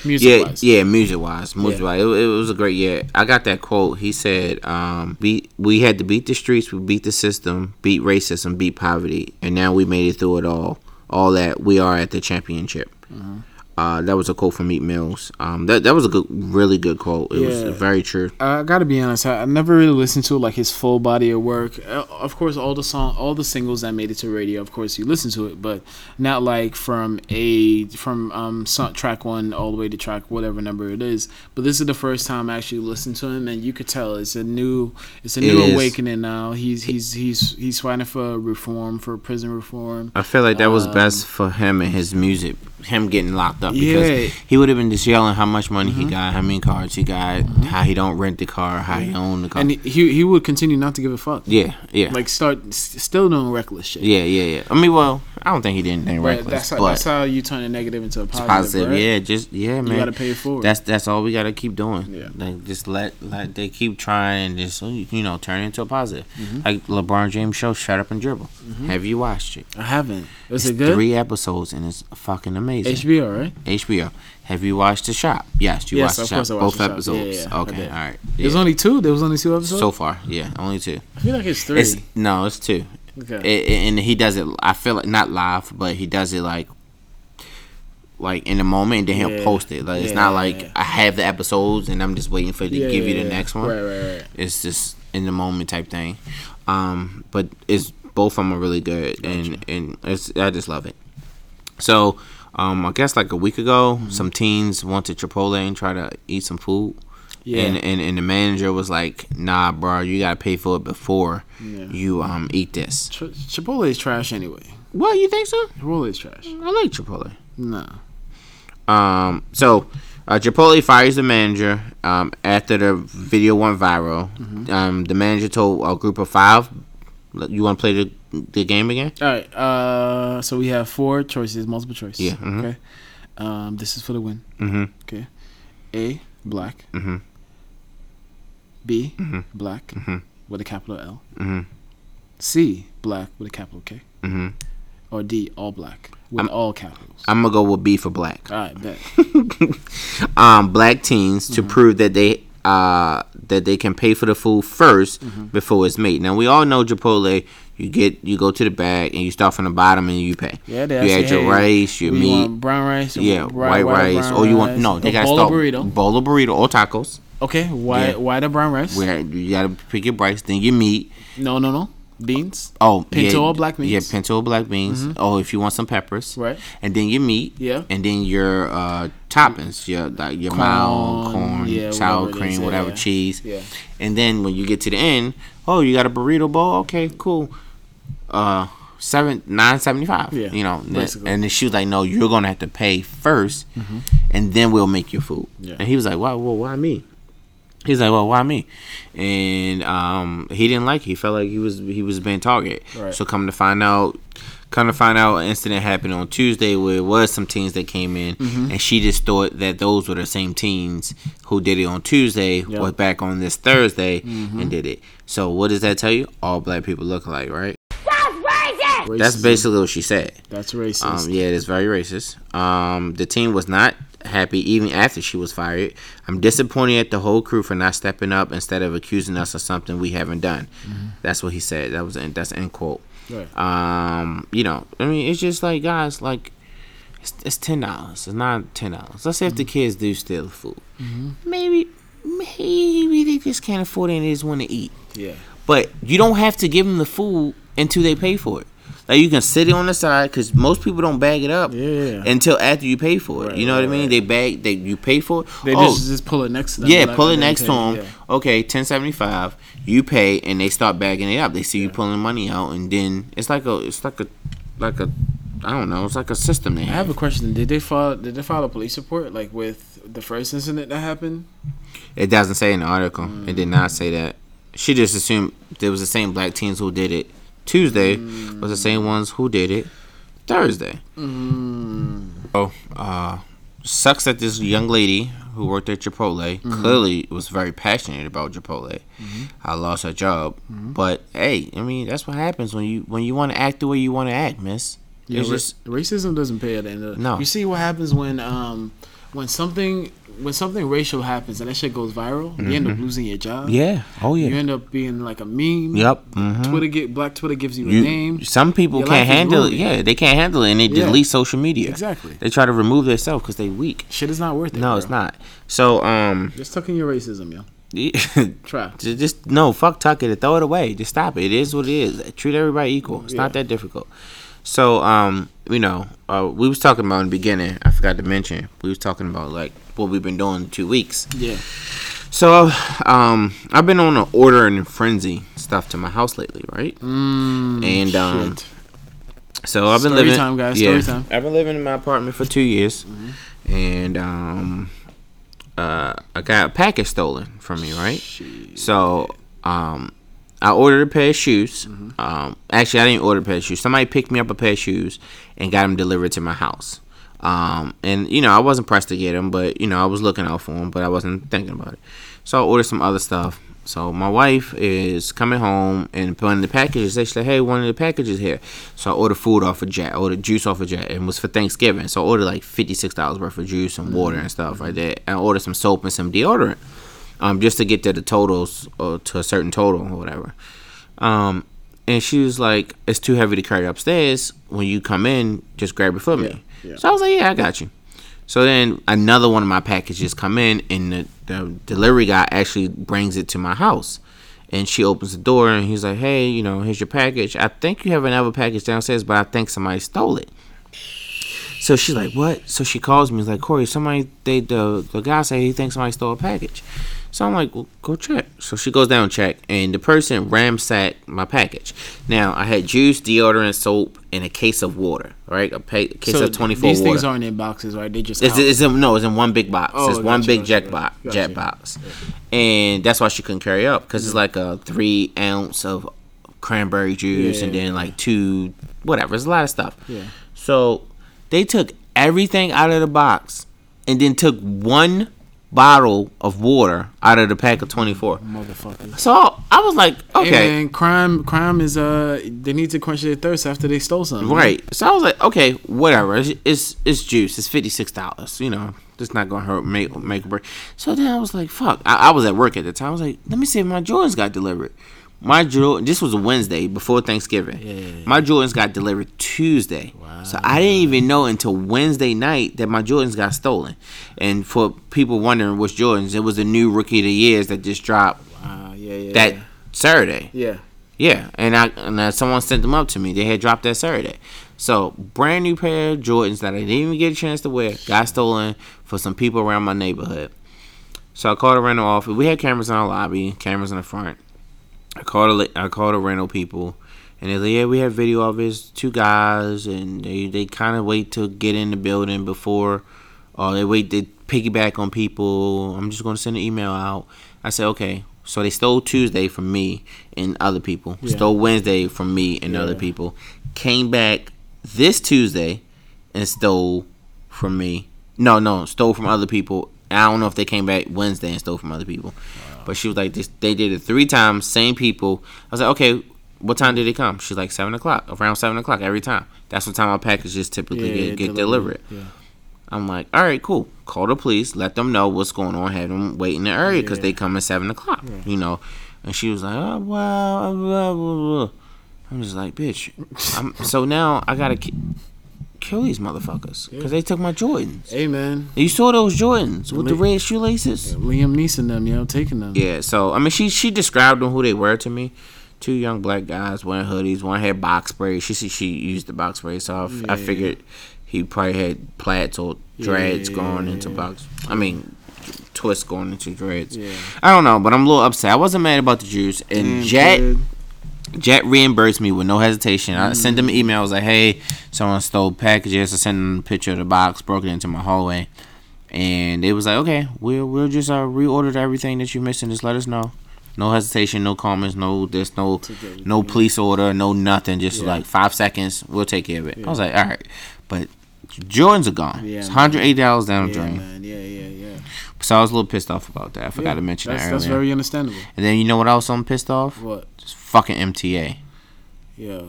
[SPEAKER 2] Music
[SPEAKER 3] yeah,
[SPEAKER 2] wise,
[SPEAKER 3] yeah, music wise, music
[SPEAKER 2] Yeah.
[SPEAKER 3] wise, it, it was a great year. I got that quote. He said, um, "Beat, we had to beat the streets, we beat the system, beat racism,
[SPEAKER 2] Mm-hmm.
[SPEAKER 3] beat poverty, and now we made it through it all. All that we are at the championship." Uh, that was a quote from Meat Mills. Um, that that was a good, really good quote. It
[SPEAKER 2] Yeah.
[SPEAKER 3] was very true.
[SPEAKER 2] I gotta be honest. I, I never really listened to like his full body of work. Uh, Of course, all the song, all the singles that made it to radio. Of course, you listen to it, but not like from a from um some, track one all the way to track whatever number it is. But this is the first time I actually listened to him, and you could tell it's a new it's a new
[SPEAKER 3] is.
[SPEAKER 2] awakening now. He's he's he's he's fighting for reform, for prison reform.
[SPEAKER 3] I feel like that
[SPEAKER 2] Um,
[SPEAKER 3] was best for him and his music, him getting locked up
[SPEAKER 2] Yeah. Mm-hmm.
[SPEAKER 3] because he would have been just yelling how much money he got, how many cars he got, how he don't rent the car, how he own the car.
[SPEAKER 2] And he he would continue not to give a fuck.
[SPEAKER 3] yeah, yeah,
[SPEAKER 2] Like start s- still doing reckless shit.
[SPEAKER 3] yeah, yeah, yeah. I mean, well, I don't think he did anything
[SPEAKER 2] But
[SPEAKER 3] reckless,
[SPEAKER 2] that's how,
[SPEAKER 3] but
[SPEAKER 2] that's how you turn a negative into a positive.
[SPEAKER 3] positive.
[SPEAKER 2] right?
[SPEAKER 3] Yeah, just yeah, man.
[SPEAKER 2] gotta pay it forward.
[SPEAKER 3] That's that's all we gotta keep doing.
[SPEAKER 2] Yeah.
[SPEAKER 3] like just let let they keep trying and just oh, you know turn it into a positive.
[SPEAKER 2] Mm-hmm.
[SPEAKER 3] Like LeBron James show, shut up and dribble. Have you watched it?
[SPEAKER 2] I haven't. Mm-hmm. Is
[SPEAKER 3] It's
[SPEAKER 2] it good?
[SPEAKER 3] Three episodes and it's fucking amazing.
[SPEAKER 2] HBO, right?
[SPEAKER 3] HBO. Have you watched The Shop? Yes, you
[SPEAKER 2] Yes, of
[SPEAKER 3] watched The
[SPEAKER 2] course
[SPEAKER 3] Shop.
[SPEAKER 2] I watched
[SPEAKER 3] Both
[SPEAKER 2] The Shop.
[SPEAKER 3] episodes.
[SPEAKER 2] Yeah, yeah, yeah, I
[SPEAKER 3] Okay,
[SPEAKER 2] did.
[SPEAKER 3] all right.
[SPEAKER 2] There's
[SPEAKER 3] Yeah.
[SPEAKER 2] only two. There was only two episodes.
[SPEAKER 3] so far, yeah, only two.
[SPEAKER 2] I feel like it's three.
[SPEAKER 3] It's no, it's two.
[SPEAKER 2] okay.
[SPEAKER 3] It- it- and he does it. I feel like not live, but he does it like, like in the moment, and then he'll
[SPEAKER 2] Yeah.
[SPEAKER 3] post it. Like it's
[SPEAKER 2] Yeah,
[SPEAKER 3] not
[SPEAKER 2] yeah,
[SPEAKER 3] like
[SPEAKER 2] yeah.
[SPEAKER 3] I have the episodes and I'm just waiting for it to
[SPEAKER 2] Yeah,
[SPEAKER 3] give
[SPEAKER 2] yeah,
[SPEAKER 3] you the
[SPEAKER 2] yeah.
[SPEAKER 3] next one.
[SPEAKER 2] Right, right, right.
[SPEAKER 3] It's just in the moment type thing. Um, but it's both of them are really good, and and it's I just love it. So, um, I guess like a week ago,
[SPEAKER 2] Mm-hmm.
[SPEAKER 3] some teens went to Chipotle and tried to eat some food.
[SPEAKER 2] Yeah.
[SPEAKER 3] And, and and the manager was like, "Nah, bro, you gotta pay for it before
[SPEAKER 2] Yeah.
[SPEAKER 3] you um eat this."
[SPEAKER 2] Ch- Chipotle is trash anyway.
[SPEAKER 3] What you think so?
[SPEAKER 2] Chipotle is trash.
[SPEAKER 3] I like Chipotle.
[SPEAKER 2] No.
[SPEAKER 3] Um, so uh, Chipotle fires the manager um, after the video went viral.
[SPEAKER 2] Mm-hmm.
[SPEAKER 3] Um, the manager told a group of five, "Look, "You want to play the the game again?"
[SPEAKER 2] All right. Uh, so we have four choices, multiple choice.
[SPEAKER 3] Yeah, mhm.
[SPEAKER 2] Okay. Um, this is for the win.
[SPEAKER 3] Mhm.
[SPEAKER 2] Okay. A black.
[SPEAKER 3] Mhm.
[SPEAKER 2] B
[SPEAKER 3] Mm-hmm.
[SPEAKER 2] black with a capital L.
[SPEAKER 3] Mhm.
[SPEAKER 2] C black with a capital K.
[SPEAKER 3] Mhm.
[SPEAKER 2] Or D all black with all capitals.
[SPEAKER 3] I'm gonna go with B for black.
[SPEAKER 2] all right, bet.
[SPEAKER 3] Um, black teens
[SPEAKER 2] Mm-hmm.
[SPEAKER 3] to prove that they uh that they can pay for the food 1st
[SPEAKER 2] Mm-hmm.
[SPEAKER 3] before it's made. Now we all know Chipotle. You get you go to the bag and you start from the bottom and you pay.
[SPEAKER 2] Yeah, they
[SPEAKER 3] you
[SPEAKER 2] ask
[SPEAKER 3] add your
[SPEAKER 2] hey,
[SPEAKER 3] rice, your
[SPEAKER 2] we
[SPEAKER 3] meat.
[SPEAKER 2] want brown rice.
[SPEAKER 3] yeah,
[SPEAKER 2] bri-
[SPEAKER 3] white, rice,
[SPEAKER 2] brown
[SPEAKER 3] or you want
[SPEAKER 2] rice,
[SPEAKER 3] no? They
[SPEAKER 2] a
[SPEAKER 3] gotta
[SPEAKER 2] bowl
[SPEAKER 3] start
[SPEAKER 2] of burrito.
[SPEAKER 3] bowl of burrito or tacos.
[SPEAKER 2] Okay, white
[SPEAKER 3] Yeah.
[SPEAKER 2] white or brown rice.
[SPEAKER 3] Where you gotta pick your rice, then your meat.
[SPEAKER 2] No, no, no. Beans.
[SPEAKER 3] Oh,
[SPEAKER 2] Pinto
[SPEAKER 3] yeah,
[SPEAKER 2] or black
[SPEAKER 3] Yeah,
[SPEAKER 2] beans? Mm-hmm.
[SPEAKER 3] pinto or black beans. Oh, if you want some peppers,
[SPEAKER 2] Right.
[SPEAKER 3] And then your meat.
[SPEAKER 2] Yeah.
[SPEAKER 3] And then your uh, toppings, your like your mild
[SPEAKER 2] Corn,
[SPEAKER 3] corn,
[SPEAKER 2] yeah,
[SPEAKER 3] sour
[SPEAKER 2] whatever it
[SPEAKER 3] cream,
[SPEAKER 2] is, yeah,
[SPEAKER 3] whatever
[SPEAKER 2] yeah.
[SPEAKER 3] cheese.
[SPEAKER 2] Yeah.
[SPEAKER 3] And then when you get to the end, oh, you got a burrito bowl. Okay, cool. Uh, seven nine seventy five.
[SPEAKER 2] Yeah,
[SPEAKER 3] You know, and-
[SPEAKER 2] basically. Mm-hmm.
[SPEAKER 3] and then she was like, "No, you're gonna have to pay 1st and then we'll make your food."
[SPEAKER 2] Yeah.
[SPEAKER 3] And he was like, "Why? Well, why me?" He's like, well, why me? And um, he didn't like. It. He felt like he was he was being targeted.
[SPEAKER 2] Right.
[SPEAKER 3] So come to find out, come to find out, an incident happened on Tuesday where it was some teens that came in,
[SPEAKER 2] Mm-hmm.
[SPEAKER 3] and she just thought that those were the same teens who did it on Tuesday
[SPEAKER 2] Yep. Mm-hmm.
[SPEAKER 3] was back on this Thursday and did it. So what does that tell you? All black people look alike, right? That's
[SPEAKER 2] Racism.
[SPEAKER 3] basically what she said.
[SPEAKER 2] That's racist.
[SPEAKER 3] Um, yeah, it is very racist. Um, the team was not happy even after she was fired. I'm disappointed at the whole crew for not stepping up instead of accusing us of something we haven't done. That's what he said. That was that's end quote.
[SPEAKER 2] Right.
[SPEAKER 3] Um, you know, I mean, it's just like guys, like it's, it's ten dollars. It's not ten dollars. Let's say if the kids do steal the food, maybe maybe they just can't afford it and they just want to eat.
[SPEAKER 2] yeah.
[SPEAKER 3] But you don't have to give them the food until they pay for it. Like you can sit it on the side because most people don't bag it up
[SPEAKER 2] Yeah.
[SPEAKER 3] until after you pay for it.
[SPEAKER 2] Right,
[SPEAKER 3] you know
[SPEAKER 2] right,
[SPEAKER 3] what I mean?
[SPEAKER 2] right.
[SPEAKER 3] They bag, they you pay for it.
[SPEAKER 2] They
[SPEAKER 3] oh,
[SPEAKER 2] just just pull it next to them.
[SPEAKER 3] yeah,
[SPEAKER 2] like,
[SPEAKER 3] pull it
[SPEAKER 2] and then
[SPEAKER 3] next to
[SPEAKER 2] take
[SPEAKER 3] them.
[SPEAKER 2] it,
[SPEAKER 3] Okay, ten seventy five. You pay, and they start bagging it up. They see you pulling money out, and then it's like a, it's like a, like a, I don't know, it's like a system they
[SPEAKER 2] yeah. I
[SPEAKER 3] have.
[SPEAKER 2] have a question. Did they file? Did they file a police report like with the first incident that happened?
[SPEAKER 3] It doesn't say in the article. It did
[SPEAKER 2] Mm.
[SPEAKER 3] not say that. She just assumed there was the same black teens who did it Tuesday
[SPEAKER 2] Mm.
[SPEAKER 3] was the same ones who did it Thursday. Oh, uh, sucks that this young lady who worked at Chipotle
[SPEAKER 2] Mm-hmm.
[SPEAKER 3] clearly was very passionate about Chipotle. I lost her job,
[SPEAKER 2] Mm-hmm.
[SPEAKER 3] but hey, I mean that's what happens when you when you want to act the way you want to act, miss.
[SPEAKER 2] Yeah,
[SPEAKER 3] it's
[SPEAKER 2] ra-
[SPEAKER 3] just
[SPEAKER 2] racism doesn't pay at the end of
[SPEAKER 3] No.
[SPEAKER 2] You see what happens when um when something when something racial happens and that shit goes viral, you end up losing your job.
[SPEAKER 3] Mm-hmm. Yeah. Oh
[SPEAKER 2] You
[SPEAKER 3] yeah.
[SPEAKER 2] end up being like a meme.
[SPEAKER 3] Yep. mhm.
[SPEAKER 2] Twitter get black Twitter gives you a
[SPEAKER 3] You-
[SPEAKER 2] name.
[SPEAKER 3] Some people
[SPEAKER 2] Your
[SPEAKER 3] can't
[SPEAKER 2] life is
[SPEAKER 3] handle it.
[SPEAKER 2] ruined.
[SPEAKER 3] Yeah, they can't handle it, and they
[SPEAKER 2] Yeah.
[SPEAKER 3] delete social media.
[SPEAKER 2] Exactly.
[SPEAKER 3] They try to remove themselves because they weak.
[SPEAKER 2] Shit is not worth it.
[SPEAKER 3] No,
[SPEAKER 2] bro.
[SPEAKER 3] it's not. So, um,
[SPEAKER 2] Just tuck in your racism, yo. Try.
[SPEAKER 3] Ju- Just no, fuck tuck it, throw it away. Just stop it. It is what it is. Treat everybody equal. It's not
[SPEAKER 2] Yeah.
[SPEAKER 3] that difficult. So, um, you know, uh, we was talking about in the beginning. I forgot to mention we was talking about like what we've been doing two weeks.
[SPEAKER 2] Yeah.
[SPEAKER 3] So, um, I've been on an order and frenzy stuff to my house lately, right? Mm, and um,
[SPEAKER 2] Shit.
[SPEAKER 3] so I've been
[SPEAKER 2] Story
[SPEAKER 3] living.
[SPEAKER 2] time, guys,
[SPEAKER 3] Yeah,
[SPEAKER 2] story time. Mm-hmm.
[SPEAKER 3] I've been living in my apartment for two years, and um, uh, I got a package stolen from me, right?
[SPEAKER 2] Shit.
[SPEAKER 3] So, um, I ordered a pair of shoes. Um, actually, I didn't order a pair of shoes. Somebody picked me up a pair of shoes and got them delivered to my house. Um, and you know, I wasn't pressed to get them, but you know, I was looking out for them, but I wasn't thinking about it. So I ordered some other stuff. So my wife is coming home and putting the packages. They said, "Hey, one of the packages here." So I ordered food off of Jet. I ordered juice off of Jet, and it was for Thanksgiving. So I ordered like fifty six dollars worth of juice and water and stuff right there. And I ordered some soap and some deodorant um, just to get to the totals or to a certain total or whatever. Um, and she was like, "It's too heavy to carry upstairs. When you come in, just grab it for me."
[SPEAKER 2] Yeah, yeah.
[SPEAKER 3] So I was like, "Yeah, I got you." So then another one of my packages come in, and the, the delivery guy actually brings it to my house. And she opens the door, and he's like, "Hey, you know, here's your package. I think you have another package downstairs, but I think somebody stole it." So she's like, "What?" So she calls me. He's like, "Corey, somebody they the the guy said he thinks somebody stole a package." So I'm like, "Well, go check." So she goes down and check, and the person ramsacked my package. Now I had juice, deodorant, soap, and a case of water. Right, a, pa- case
[SPEAKER 2] So
[SPEAKER 3] of twenty four
[SPEAKER 2] these
[SPEAKER 3] water.
[SPEAKER 2] things aren't in boxes, right? They just
[SPEAKER 3] It's,
[SPEAKER 2] out.
[SPEAKER 3] it's in, no, it's in one big box.
[SPEAKER 2] Oh,
[SPEAKER 3] it's one
[SPEAKER 2] gotcha,
[SPEAKER 3] big
[SPEAKER 2] gotcha,
[SPEAKER 3] jet
[SPEAKER 2] gotcha,
[SPEAKER 3] box,
[SPEAKER 2] gotcha.
[SPEAKER 3] jet box, and that's why she couldn't carry up because
[SPEAKER 2] Mm-hmm.
[SPEAKER 3] it's like a three ounce of cranberry juice and
[SPEAKER 2] Yeah.
[SPEAKER 3] then like two whatever. It's a lot of stuff.
[SPEAKER 2] Yeah.
[SPEAKER 3] So they took everything out of the box and then took one bottle of water out of the pack of twenty four.
[SPEAKER 2] motherfuckers.
[SPEAKER 3] So I was like, okay.
[SPEAKER 2] Okay. man, crime crime is uh they need to quench their thirst after they stole something.
[SPEAKER 3] Right. So I was like, okay, whatever. It's it's, it's juice. It's fifty six dollars. You know, it's not gonna hurt make make a break. So then I was like, fuck. I, I was at work at the time. I was like, let me see if my Jordans got delivered. My Jordan. This was a Wednesday before Thanksgiving. My Jordans got delivered Tuesday. So I didn't even know until Wednesday night that my Jordans got stolen. And for people wondering which Jordans, it was the new Rookie of the Years that just dropped
[SPEAKER 2] Ah, yeah, yeah.
[SPEAKER 3] that
[SPEAKER 2] yeah.
[SPEAKER 3] Saturday.
[SPEAKER 2] yeah.
[SPEAKER 3] Yeah, and I and uh, someone sent them up to me. They had dropped that Saturday. So brand new pair of Jordans that I didn't even get a chance to wear got stolen for some people around my neighborhood. So I called a rental office. We had cameras in our lobby, cameras in the front. I called a, li- I called a rental people, and they're like, "Yeah, we have video of it. It's Two guys, and they they kind of wait to get in the building before, or Oh, they wait to piggyback on people. I'm just gonna send an email out." I said, "Okay." So they stole Tuesday from me and other people.
[SPEAKER 2] Yeah.
[SPEAKER 3] Stole Wednesday from me and other
[SPEAKER 2] Yeah.
[SPEAKER 3] people. Came back this Tuesday and stole from me. No, no, stole from other people. I don't know if they came back Wednesday and stole from other people. But she was like, this, they did it three times, same people. I was like, okay, what time did it come? She's like, seven o'clock, around seven o'clock every time. That's what time our packages typically
[SPEAKER 2] Yeah,
[SPEAKER 3] get, get
[SPEAKER 2] delivery.
[SPEAKER 3] delivered. I'm like, all right, cool. Call the police, let them know what's going on, have them wait in the area because
[SPEAKER 2] Yeah.
[SPEAKER 3] they come at seven o'clock, you know. And she was like, oh, well, blah, blah, blah. I'm just like, bitch. I'm, so now I gotta ki- kill these motherfuckers because they took my Jordans.
[SPEAKER 2] Hey man,
[SPEAKER 3] You saw those Jordans with the
[SPEAKER 2] Me-
[SPEAKER 3] red shoelaces.
[SPEAKER 2] Liam Neeson them, yo, taking them.
[SPEAKER 3] Yeah, so I mean, she she described them who they were to me. Two young black guys wearing hoodies. One had box braids. She said she used the box braids, so I, f- I
[SPEAKER 2] Yeah.
[SPEAKER 3] figured he probably had plaits or dreads
[SPEAKER 2] Yeah.
[SPEAKER 3] going into box. I mean, twists going into dreads.
[SPEAKER 2] Yeah. Mm,
[SPEAKER 3] I don't know, but I'm a little upset. I wasn't mad about the juice and
[SPEAKER 2] Damn,
[SPEAKER 3] Jet.
[SPEAKER 2] kid.
[SPEAKER 3] Jet reimbursed me with no hesitation. I sent them an
[SPEAKER 2] Mm.
[SPEAKER 3] email. I was like, hey, someone stole packages. I sent them a picture of the box, broke it into my hallway. And it was like, okay, we'll, we'll just uh, reorder everything that you're missing. Just let us know. No hesitation, no comments, no there's no no police order, no nothing. Just
[SPEAKER 2] Yeah.
[SPEAKER 3] like five seconds, we'll take care of it. I was like, all right, but Jordans are gone.
[SPEAKER 2] Yeah,
[SPEAKER 3] it's
[SPEAKER 2] man.
[SPEAKER 3] hundred eighty dollars down the
[SPEAKER 2] Yeah,
[SPEAKER 3] drain.
[SPEAKER 2] man. Yeah, yeah, yeah.
[SPEAKER 3] So I was a little pissed off about that. I forgot
[SPEAKER 2] Yeah,
[SPEAKER 3] to mention
[SPEAKER 2] that's,
[SPEAKER 3] that earlier.
[SPEAKER 2] That's very understandable.
[SPEAKER 3] and then you know what else I'm pissed off?
[SPEAKER 2] What?
[SPEAKER 3] Just fucking MTA.
[SPEAKER 2] Yeah.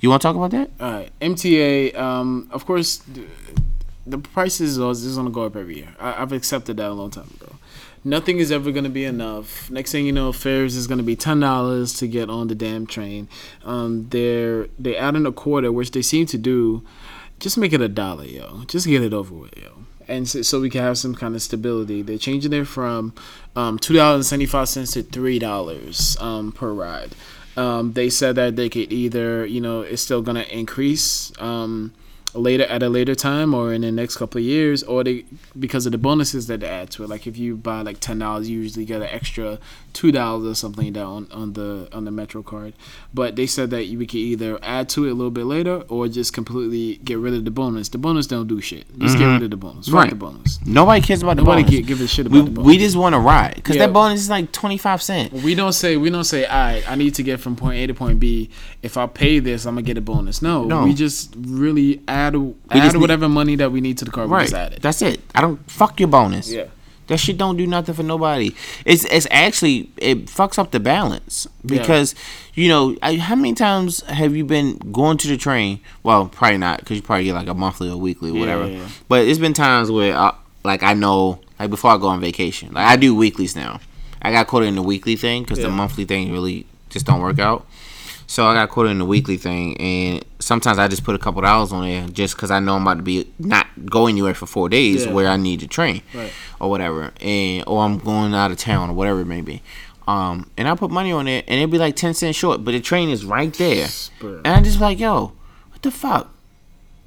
[SPEAKER 3] You want to talk about that?
[SPEAKER 2] All right. MTA. Um. Of course, th- the prices is is gonna go up every year. I, I've accepted that a long time ago. Nothing is ever gonna be enough. Next thing you know, fares is gonna be ten dollars to get on the damn train. Um, they're they adding a quarter, which they seem to do. Just make it a dollar, yo. Just get it over with, yo. And so, so we can have some kind of stability. They're changing it from um, two dollars and seventy five cents to three dollars um, per ride. Um, they said that they could either, you know, it's still gonna increase. Um, later at a later time or in the next couple of years or they because of the bonuses that they add to it like if you buy like ten dollars you usually get an extra two dollars or something like that on, on the on the metro card but they said that we could either add to it a little bit later or just completely get rid of the bonus the bonus don't do shit just get rid of the bonus right
[SPEAKER 3] Mm-hmm. Right.
[SPEAKER 2] the bonus
[SPEAKER 3] Nobody cares about the
[SPEAKER 2] Nobody
[SPEAKER 3] bonus.
[SPEAKER 2] gi- give a shit
[SPEAKER 3] we,
[SPEAKER 2] about the bonus.
[SPEAKER 3] we just want to ride because
[SPEAKER 2] Yeah. Mm-hmm.
[SPEAKER 3] that bonus is like twenty five cent.
[SPEAKER 2] we don't say we don't say I I need to get from point A to point B. If I pay this, I'm gonna get a bonus. No,
[SPEAKER 3] No.
[SPEAKER 2] we just really add add
[SPEAKER 3] just need-
[SPEAKER 2] whatever money that we need to the car. We
[SPEAKER 3] Right.
[SPEAKER 2] just add it.
[SPEAKER 3] That's it. I don't fuck your bonus.
[SPEAKER 2] Yeah.
[SPEAKER 3] That shit don't do nothing for nobody. It's it's actually it fucks up the balance
[SPEAKER 2] Yeah.
[SPEAKER 3] because you know I, how many times have you been going to the train? Well, probably not because you probably get like a monthly or weekly, or whatever.
[SPEAKER 2] yeah, yeah.
[SPEAKER 3] But it's been times where I, like I know like before I go on vacation, like I do weeklies now. I got quoted in the weekly thing because
[SPEAKER 2] Yeah.
[SPEAKER 3] the monthly thing really just don't work out. So I got quoted in the weekly thing, and sometimes I just put a couple dollars on there just because I know I'm about to be not go anywhere for four days
[SPEAKER 2] Yeah.
[SPEAKER 3] where I need to train
[SPEAKER 2] Right.
[SPEAKER 3] or whatever, and or I'm going out of town or whatever it may be. Um, and I put money on it, and it'd be like ten cents short, but the train is right there,
[SPEAKER 2] Bruh.
[SPEAKER 3] and I just be like, yo, what the fuck?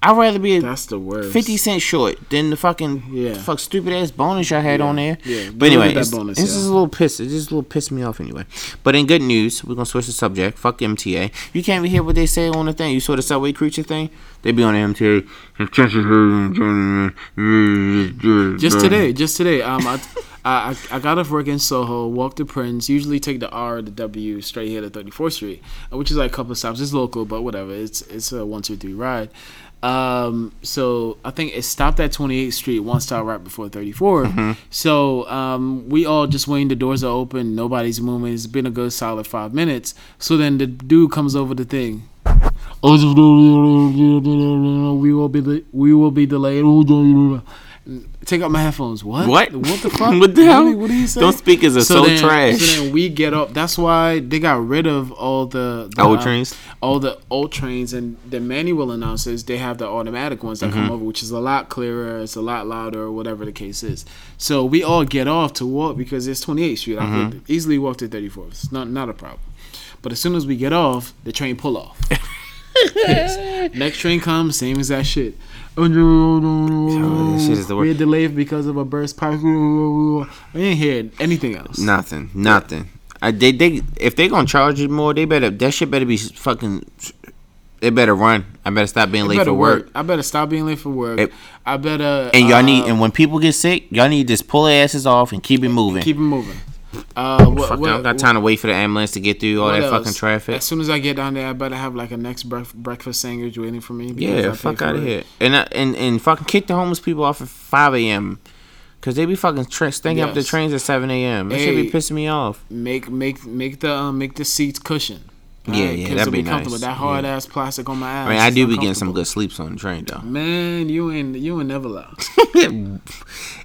[SPEAKER 3] I'd rather be a
[SPEAKER 2] That's the worst.
[SPEAKER 3] fifty cent short than the fucking
[SPEAKER 2] Yeah.
[SPEAKER 3] fuck stupid ass bonus y'all had on there.
[SPEAKER 2] Yeah.
[SPEAKER 3] But
[SPEAKER 2] Don't
[SPEAKER 3] anyway,
[SPEAKER 2] get that
[SPEAKER 3] it's,
[SPEAKER 2] bonus,
[SPEAKER 3] it's
[SPEAKER 2] yeah.
[SPEAKER 3] just a little piss. It just a little pissed me off anyway. But in good news, we're gonna switch the subject. Fuck MTA. You can't hear what they say on the thing. You saw the subway creature thing? They be on the MTA.
[SPEAKER 2] Just today, just today. Um, I, I I got off work in Soho, walked to Prince. Usually take the R, or the W, straight here to Thirty Fourth Street, uh, which is like a couple of stops. It's local, but whatever. It's it's a one two three ride. Um, so I think it stopped at Twenty Eighth Street, one stop right before Thirty So um, we all just waiting. The doors are open. Nobody's moving. It's been a good solid five minutes. So then the dude comes over the thing. We will be de- we will be delayed. Take out my headphones. What?
[SPEAKER 3] What?
[SPEAKER 2] What the fuck?
[SPEAKER 3] What the hell?
[SPEAKER 2] What, did- what did he say?
[SPEAKER 3] Those speakers are so
[SPEAKER 2] then,
[SPEAKER 3] trash.
[SPEAKER 2] So then we get up. That's why they got rid of all the, the
[SPEAKER 3] Old
[SPEAKER 2] uh,
[SPEAKER 3] trains?
[SPEAKER 2] all the old trains, and the manual announcers they have the automatic ones that
[SPEAKER 3] Mm-hmm.
[SPEAKER 2] come over, which is a lot clearer. It's a lot louder, or whatever the case is. So we all get off to walk because it's 28th Street. I could
[SPEAKER 3] Mm-hmm.
[SPEAKER 2] easily walk to 34th. It's not not a problem. But as soon as we get off, the train pull off. Pissed. Next train comes, same exact shit. Oh, no, no, no,
[SPEAKER 3] this shit is the
[SPEAKER 2] We're
[SPEAKER 3] worst.
[SPEAKER 2] delayed because of a burst pipe. We didn't hear anything else.
[SPEAKER 3] Nothing. Nothing. I, they, they, if they gonna charge you more, they better. That shit better be fucking. It better run. I better stop being
[SPEAKER 2] I
[SPEAKER 3] late
[SPEAKER 2] better
[SPEAKER 3] for work.
[SPEAKER 2] I better stop being late for work.
[SPEAKER 3] It-
[SPEAKER 2] I better
[SPEAKER 3] And y'all
[SPEAKER 2] uh,
[SPEAKER 3] need. And when people get sick, y'all need to just pull their asses off and keep it moving.
[SPEAKER 2] keep it moving. Uh, what,
[SPEAKER 3] Fuck,
[SPEAKER 2] what-
[SPEAKER 3] I don't got time to wait for the ambulance to get through all
[SPEAKER 2] what
[SPEAKER 3] that
[SPEAKER 2] else?
[SPEAKER 3] fucking traffic.
[SPEAKER 2] As soon as I get down there, I better have like a next bref- breakfast sandwich waiting for me. because I
[SPEAKER 3] Yeah,
[SPEAKER 2] paid
[SPEAKER 3] fuck
[SPEAKER 2] for
[SPEAKER 3] out of
[SPEAKER 2] it.
[SPEAKER 3] here. And, I, and and fucking kick the homeless people off at 5 a.m. Because they be fucking tra- stinking up the
[SPEAKER 2] Yes.
[SPEAKER 3] trains at 7 a.m. That should
[SPEAKER 2] Hey.
[SPEAKER 3] be pissing me off.
[SPEAKER 2] Make make make the um, make the seats cushion.
[SPEAKER 3] Yeah,
[SPEAKER 2] Alright?
[SPEAKER 3] yeah,
[SPEAKER 2] 'Cause
[SPEAKER 3] that'd
[SPEAKER 2] it'll
[SPEAKER 3] be nice.
[SPEAKER 2] comfortable. That
[SPEAKER 3] Yeah.
[SPEAKER 2] hard ass plastic on my ass.
[SPEAKER 3] I mean, I
[SPEAKER 2] is
[SPEAKER 3] do be getting some
[SPEAKER 2] uncomfortable.
[SPEAKER 3] good sleeps on the train, though.
[SPEAKER 2] Man, you ain't you ain't never loud.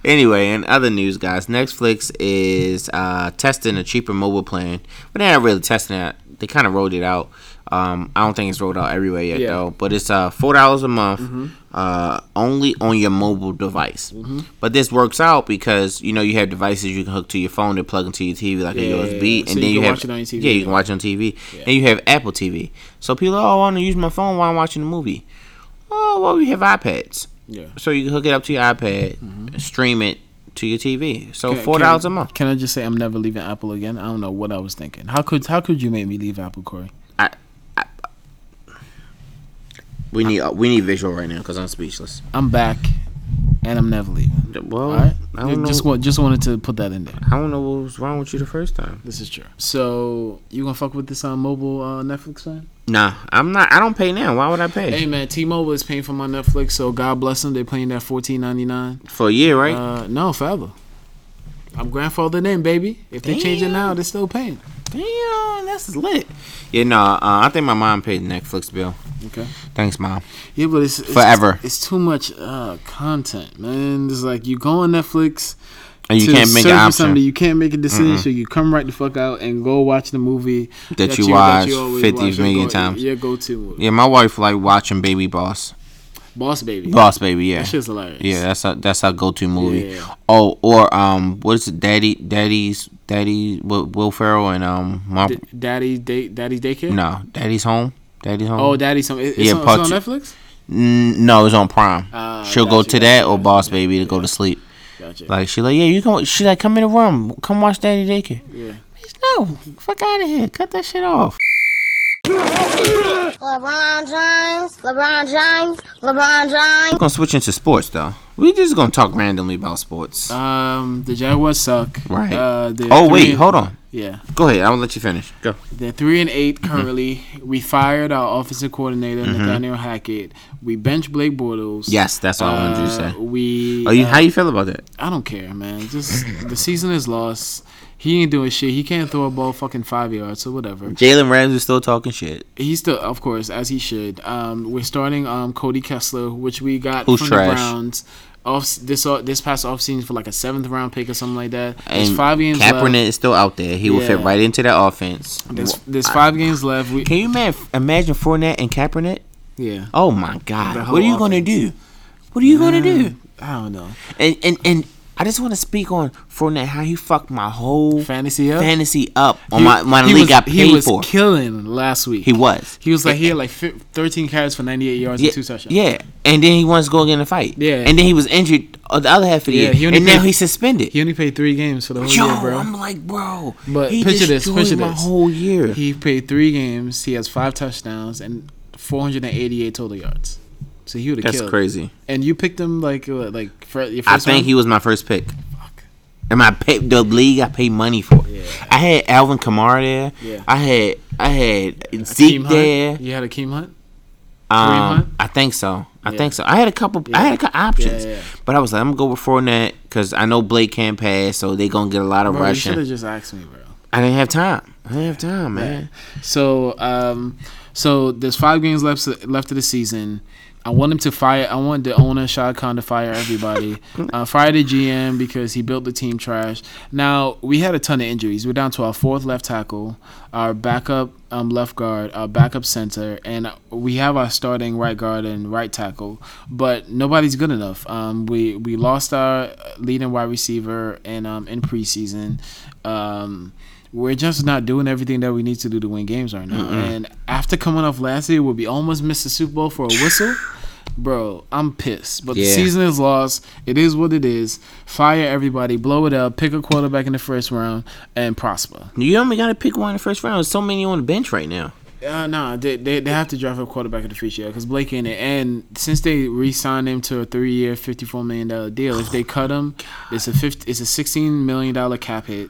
[SPEAKER 3] anyway, in other news, guys, Netflix is uh, testing a cheaper mobile plan, but they're not really testing it. They kind of rolled it out. Um, I don't think it's rolled out everywhere yet,
[SPEAKER 2] Yeah. Mm-hmm.
[SPEAKER 3] though. But it's uh, four dollars a month, uh, only on your mobile device. But this works out because you know you have devices you can hook to your phone to plug into your TV like
[SPEAKER 2] Yeah, yeah,
[SPEAKER 3] a USB,
[SPEAKER 2] yeah.
[SPEAKER 3] and
[SPEAKER 2] So
[SPEAKER 3] then
[SPEAKER 2] you
[SPEAKER 3] you,
[SPEAKER 2] can
[SPEAKER 3] have
[SPEAKER 2] watch it on your TV,
[SPEAKER 3] yeah you can
[SPEAKER 2] yeah.
[SPEAKER 3] watch it on TV, and you have Apple TV. So people, are, oh, I want to use my phone while I'm watching the movie. Oh, well, we have iPads.
[SPEAKER 2] Yeah.
[SPEAKER 3] So you can hook it up to your iPad, stream it to your TV. So
[SPEAKER 2] Mm-hmm. Can-
[SPEAKER 3] four
[SPEAKER 2] can-
[SPEAKER 3] dollars a month.
[SPEAKER 2] Can I just say I'm never leaving Apple again? I don't know what I was thinking. How could how could you make me leave Apple, Corey?
[SPEAKER 3] We need uh, we need visual right now because I'm speechless.
[SPEAKER 2] I'm back, and I'm never leaving.
[SPEAKER 3] Well,
[SPEAKER 2] All right,
[SPEAKER 3] I don't know.
[SPEAKER 2] just want just wanted to put that in there.
[SPEAKER 3] I don't know what was wrong with you the first time.
[SPEAKER 2] This is true. So you gonna fuck with this on mobile uh, Netflix plan?
[SPEAKER 3] Nah, I'm not. I don't pay now. Why would I pay
[SPEAKER 2] Hey man, T-Mobile is paying for my Netflix, so God bless them. They're paying that fourteen ninety nine.
[SPEAKER 3] for a year? Right?
[SPEAKER 2] Uh, no, forever. I'm grandfathered in, baby. If they change it now, they're still paying.
[SPEAKER 3] Damn, that's lit. Yeah, no. Uh, I think my mom paid the Netflix bill.
[SPEAKER 2] Okay.
[SPEAKER 3] Thanks, mom.
[SPEAKER 2] Yeah, but it's, it's
[SPEAKER 3] Forever.
[SPEAKER 2] It's, too much uh, content, man. It's like you go on Netflix.
[SPEAKER 3] And you
[SPEAKER 2] to
[SPEAKER 3] can't make an
[SPEAKER 2] search for
[SPEAKER 3] option.
[SPEAKER 2] Something, you can't make a decision, so you come right the fuck out and go watch the movie
[SPEAKER 3] That you watch 50
[SPEAKER 2] or
[SPEAKER 3] million
[SPEAKER 2] go-
[SPEAKER 3] times.
[SPEAKER 2] Your go-to movie,
[SPEAKER 3] Yeah, my wife like watching Baby Boss.
[SPEAKER 2] Boss Baby.
[SPEAKER 3] Boss Baby, yeah.
[SPEAKER 2] That shit's hilarious.
[SPEAKER 3] Yeah, that's our that's our go to movie.
[SPEAKER 2] Yeah.
[SPEAKER 3] Oh, or um, what is it? Daddy, Daddy's, Daddy, Will, Will Ferrell and um, my
[SPEAKER 2] D- Daddy, day, Daddy's daycare.
[SPEAKER 3] no, Daddy's home, Daddy's home.
[SPEAKER 2] Oh, Daddy's some. It's,
[SPEAKER 3] Yeah,
[SPEAKER 2] on,
[SPEAKER 3] part
[SPEAKER 2] it's on
[SPEAKER 3] two.
[SPEAKER 2] Netflix.
[SPEAKER 3] Mm, no, it's on Prime.
[SPEAKER 2] Ah,
[SPEAKER 3] She'll
[SPEAKER 2] got
[SPEAKER 3] go
[SPEAKER 2] you, got
[SPEAKER 3] to that
[SPEAKER 2] you,
[SPEAKER 3] or
[SPEAKER 2] got
[SPEAKER 3] Boss
[SPEAKER 2] you.
[SPEAKER 3] Baby to go to sleep.
[SPEAKER 2] Gotcha.
[SPEAKER 3] Like she like, yeah, you can. wa- She like, come in the room, come watch Daddy Daycare.
[SPEAKER 2] yeah.
[SPEAKER 3] Bitch, No, fuck out of here, cut that shit off.
[SPEAKER 4] LeBron James, LeBron James, LeBron James.
[SPEAKER 3] We're gonna switch into sports though. We just gonna talk randomly about sports.
[SPEAKER 2] Um, the Jaguars suck.
[SPEAKER 3] Right.
[SPEAKER 2] Uh, they're
[SPEAKER 3] oh wait,
[SPEAKER 2] three and-
[SPEAKER 3] hold on. Mm-hmm.
[SPEAKER 2] Yeah,
[SPEAKER 3] Go ahead. I'll let you finish. Go.
[SPEAKER 2] they're three and eight currently. We fired our offensive coordinator Nathaniel Hackett. We benched Blake Bortles.
[SPEAKER 3] Mm-hmm. Yes, that's what I wanted you to
[SPEAKER 2] Uh,
[SPEAKER 3] say.
[SPEAKER 2] we.
[SPEAKER 3] Oh, you,
[SPEAKER 2] uh,
[SPEAKER 3] how you feel about that?
[SPEAKER 2] I don't care, man. Just the season is lost. He ain't doing shit. He can't throw a ball fucking five yards or whatever.
[SPEAKER 3] Jalen Ramsey's still talking shit.
[SPEAKER 2] He's still, of course, as he should. Um, we're starting um Cody Kessler, which we got
[SPEAKER 3] Who's
[SPEAKER 2] from the
[SPEAKER 3] trash.
[SPEAKER 2] Browns. Off this uh, this past off season for like a seventh round pick or something like that. There's
[SPEAKER 3] And
[SPEAKER 2] five games
[SPEAKER 3] Kaepernick
[SPEAKER 2] left.
[SPEAKER 3] is still out there. He will fit
[SPEAKER 2] Yeah.
[SPEAKER 3] right into that offense.
[SPEAKER 2] There's,
[SPEAKER 3] Wha-
[SPEAKER 2] there's five games left. We,
[SPEAKER 3] Can you man, imagine Fournette and Kaepernick?
[SPEAKER 2] yeah,
[SPEAKER 3] Oh my God!
[SPEAKER 2] whole
[SPEAKER 3] What are you gonna do? What are you gonna do?
[SPEAKER 2] I don't know.
[SPEAKER 3] And and and I just want to speak on Fournette how he fucked my whole
[SPEAKER 2] Fantasy up?
[SPEAKER 3] fantasy up on
[SPEAKER 2] He-
[SPEAKER 3] my my
[SPEAKER 2] he
[SPEAKER 3] league
[SPEAKER 2] was,
[SPEAKER 3] got
[SPEAKER 2] He
[SPEAKER 3] paid
[SPEAKER 2] was
[SPEAKER 3] for.
[SPEAKER 2] killing last week.
[SPEAKER 3] he was.
[SPEAKER 2] He was like he had like fif- 13 carries for 98 yards
[SPEAKER 3] Yeah,
[SPEAKER 2] and two touchdowns.
[SPEAKER 3] yeah, and then he wants to go again and fight.
[SPEAKER 2] Yeah.
[SPEAKER 3] and then he was injured uh, the other half of the
[SPEAKER 2] Yeah,
[SPEAKER 3] year,
[SPEAKER 2] he only
[SPEAKER 3] and now
[SPEAKER 2] played-
[SPEAKER 3] he's suspended.
[SPEAKER 2] He only played three games for the whole
[SPEAKER 3] Yo,
[SPEAKER 2] year, bro.
[SPEAKER 3] I'm like, bro,
[SPEAKER 2] But
[SPEAKER 3] he
[SPEAKER 2] picture this,
[SPEAKER 3] destroyed
[SPEAKER 2] picture
[SPEAKER 3] my
[SPEAKER 2] this.
[SPEAKER 3] whole year.
[SPEAKER 2] He played three games. He has five touchdowns and 488 total yards. So he would have
[SPEAKER 3] That's
[SPEAKER 2] killed.
[SPEAKER 3] crazy.
[SPEAKER 2] And you picked him like what, like for your first
[SPEAKER 3] I think
[SPEAKER 2] round?
[SPEAKER 3] he was my first pick. And I paid the league. I paid money for. it. I had Alvin Kamara there.
[SPEAKER 2] Yeah.
[SPEAKER 3] I had I had
[SPEAKER 2] Akeem
[SPEAKER 3] Zeke
[SPEAKER 2] Hunt?
[SPEAKER 3] there.
[SPEAKER 2] You had a Keem Hunt. Hunt?
[SPEAKER 3] Um, I think so. I
[SPEAKER 2] Yeah.
[SPEAKER 3] think so. I had a couple. I had a couple options,
[SPEAKER 2] yeah, yeah.
[SPEAKER 3] but I was like, I'm gonna go with Fournette because I know Blake can't pass, so they gonna get a lot of
[SPEAKER 2] Bro, you should
[SPEAKER 3] rushing.
[SPEAKER 2] have just asked me, bro.
[SPEAKER 3] I didn't have time. I didn't have time, man.
[SPEAKER 2] So, um, so there's five games left left of the season. I want him to fire. I want the owner Shad Khan to fire everybody. uh, fire the GM because he built the team trash. Now we had a ton of injuries. We're down to our fourth left tackle, our backup um, left guard, our backup center, and we have our starting right guard and right tackle. But nobody's good enough. Um, we we lost our leading wide receiver in um, in preseason. Um, we're just not doing everything that we need to do to win games right now. And after coming off last year, where we almost missed the Super Bowl for a whistle, bro, I'm pissed. But the
[SPEAKER 3] Yeah.
[SPEAKER 2] season is lost. It is what it is. Fire everybody, blow it up, pick a quarterback in the first round, and prosper.
[SPEAKER 3] You only gotta pick one in the first round. There's so many on the bench right now.
[SPEAKER 2] Uh, nah, they, they they have to draft a quarterback in the future because Blake in it. And since they re-signed him to a three-year, fifty-four million dollar deal, if they cut him, it's a 50, it's a sixteen million dollar cap hit.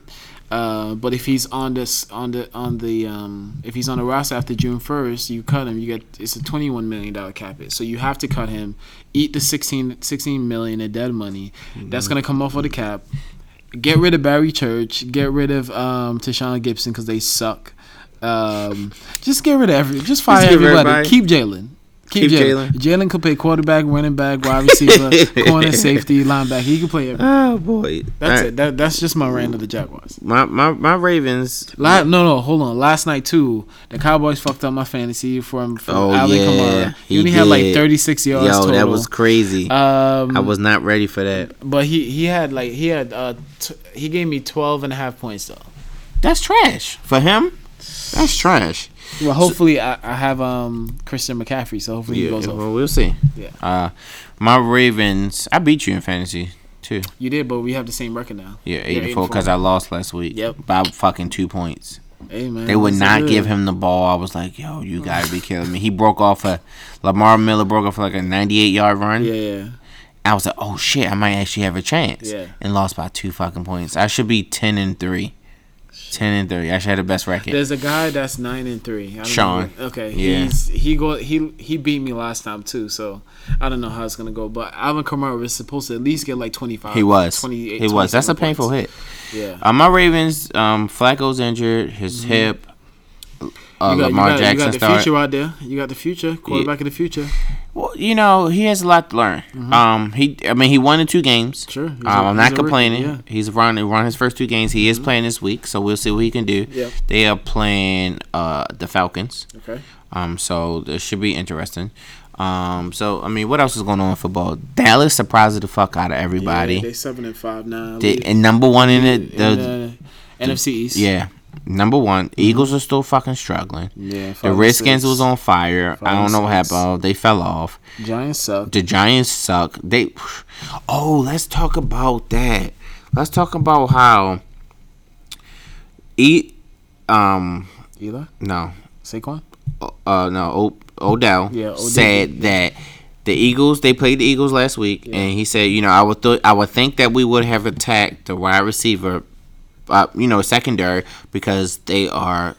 [SPEAKER 2] Uh, but if he's on this on the on the um, if he's on the roster after June first, you cut him. You get it's a twenty-one million dollar cap hit. So you have to cut him, eat the 16, 16 million in dead money. That's gonna come off of the cap. Get rid of Barry Church. Get rid of um, Tashawn Gibson because they suck. Um, just get rid of every. Just fire
[SPEAKER 3] get rid of
[SPEAKER 2] everybody.
[SPEAKER 3] everybody.
[SPEAKER 2] Keep Jalen. Keep,
[SPEAKER 3] Keep
[SPEAKER 2] Jalen. Jalen could play quarterback, running back, wide receiver, corner, safety, linebacker. He could play. Every-
[SPEAKER 3] Oh boy,
[SPEAKER 2] that's it. That, that's just my rant of the Jaguars.
[SPEAKER 3] My my my Ravens.
[SPEAKER 2] La- no, no, hold on. Last night too, the Cowboys fucked up my fantasy from from
[SPEAKER 3] Oh
[SPEAKER 2] Ali
[SPEAKER 3] yeah,
[SPEAKER 2] Kamara. He, only had like
[SPEAKER 3] did.
[SPEAKER 2] thirty six yards
[SPEAKER 3] Yo,
[SPEAKER 2] total.
[SPEAKER 3] that was crazy.
[SPEAKER 2] Um,
[SPEAKER 3] I was not ready for that.
[SPEAKER 2] but he he had like he had uh t- he gave me 12 and a half points though.
[SPEAKER 3] That's trash for him. That's trash.
[SPEAKER 2] Well, hopefully I, I have um Christian McCaffrey, so hopefully he
[SPEAKER 3] Yeah,
[SPEAKER 2] goes off.
[SPEAKER 3] well, we'll see.
[SPEAKER 2] Yeah.
[SPEAKER 3] Uh, my Ravens. I beat you in fantasy too.
[SPEAKER 2] You did, but we have the same record now.
[SPEAKER 3] Yeah,
[SPEAKER 2] You're
[SPEAKER 3] eighty four. Because I lost last week.
[SPEAKER 2] Yep.
[SPEAKER 3] By fucking two points.
[SPEAKER 2] Hey, man,
[SPEAKER 3] They would
[SPEAKER 2] that's
[SPEAKER 3] not
[SPEAKER 2] good.
[SPEAKER 3] give him the ball. I was like, yo, you gotta be killing me. He broke off a Lamar Miller broke off like a ninety eight yard run.
[SPEAKER 2] Yeah, yeah.
[SPEAKER 3] I was like, oh shit, I might actually have a chance.
[SPEAKER 2] Yeah.
[SPEAKER 3] And lost by two fucking points. I should be ten and three. Ten and three. I should have the best record.
[SPEAKER 2] There's a guy that's nine and three. I don't
[SPEAKER 3] Sean.
[SPEAKER 2] Know, okay.
[SPEAKER 3] Yeah.
[SPEAKER 2] He's he go he he beat me last time too, so I don't know how it's gonna go. But Alvin Kamara was supposed to at least get like twenty five.
[SPEAKER 3] he was.
[SPEAKER 2] Twenty eight.
[SPEAKER 3] He was. That's a painful hit.
[SPEAKER 2] Yeah.
[SPEAKER 3] Uh, my Ravens, um, Flacco's injured, his hip. uh,
[SPEAKER 2] Mm-hmm. You got,
[SPEAKER 3] Lamar
[SPEAKER 2] you got,
[SPEAKER 3] Jackson
[SPEAKER 2] you got the
[SPEAKER 3] start.
[SPEAKER 2] future out there. You got the future quarterback of the future.
[SPEAKER 3] Well, you know, he has a lot to learn. Um, he, I mean, he won in two games.
[SPEAKER 2] Mm-hmm. Sure,
[SPEAKER 3] um,
[SPEAKER 2] he's a-
[SPEAKER 3] I'm
[SPEAKER 2] he's a
[SPEAKER 3] not
[SPEAKER 2] rookie,
[SPEAKER 3] complaining.
[SPEAKER 2] yeah. Mm-hmm.
[SPEAKER 3] He's run he run his first two games. He is playing this week, so we'll see what he can do.
[SPEAKER 2] Yep.
[SPEAKER 3] They are playing uh the Falcons.
[SPEAKER 2] Okay.
[SPEAKER 3] Um, so this should be interesting. Um, so I mean, what else is going on in football? Dallas surprises the fuck out of everybody.
[SPEAKER 2] they seven and five now.
[SPEAKER 3] They- and number one in it,
[SPEAKER 2] in
[SPEAKER 3] the,
[SPEAKER 2] the NFC East.
[SPEAKER 3] yeah, number one.
[SPEAKER 2] Mm-hmm.
[SPEAKER 3] Eagles are still fucking struggling.
[SPEAKER 2] Yeah, five
[SPEAKER 3] The
[SPEAKER 2] and
[SPEAKER 3] Redskins
[SPEAKER 2] six.
[SPEAKER 3] was on fire.
[SPEAKER 2] Five
[SPEAKER 3] I don't
[SPEAKER 2] and
[SPEAKER 3] know what
[SPEAKER 2] six.
[SPEAKER 3] happened. They fell off.
[SPEAKER 2] Giants suck.
[SPEAKER 3] The Giants suck. They Oh, let's talk about that. Let's talk about how eat um
[SPEAKER 2] Eli
[SPEAKER 3] no.
[SPEAKER 2] Saquon.
[SPEAKER 3] Uh no, o- Odell
[SPEAKER 2] Yeah, Odell.
[SPEAKER 3] said that the Eagles, they played the Eagles last week and he said, you know, I would th- I would think that we would have attacked the wide receiver uh, you know, secondary because they are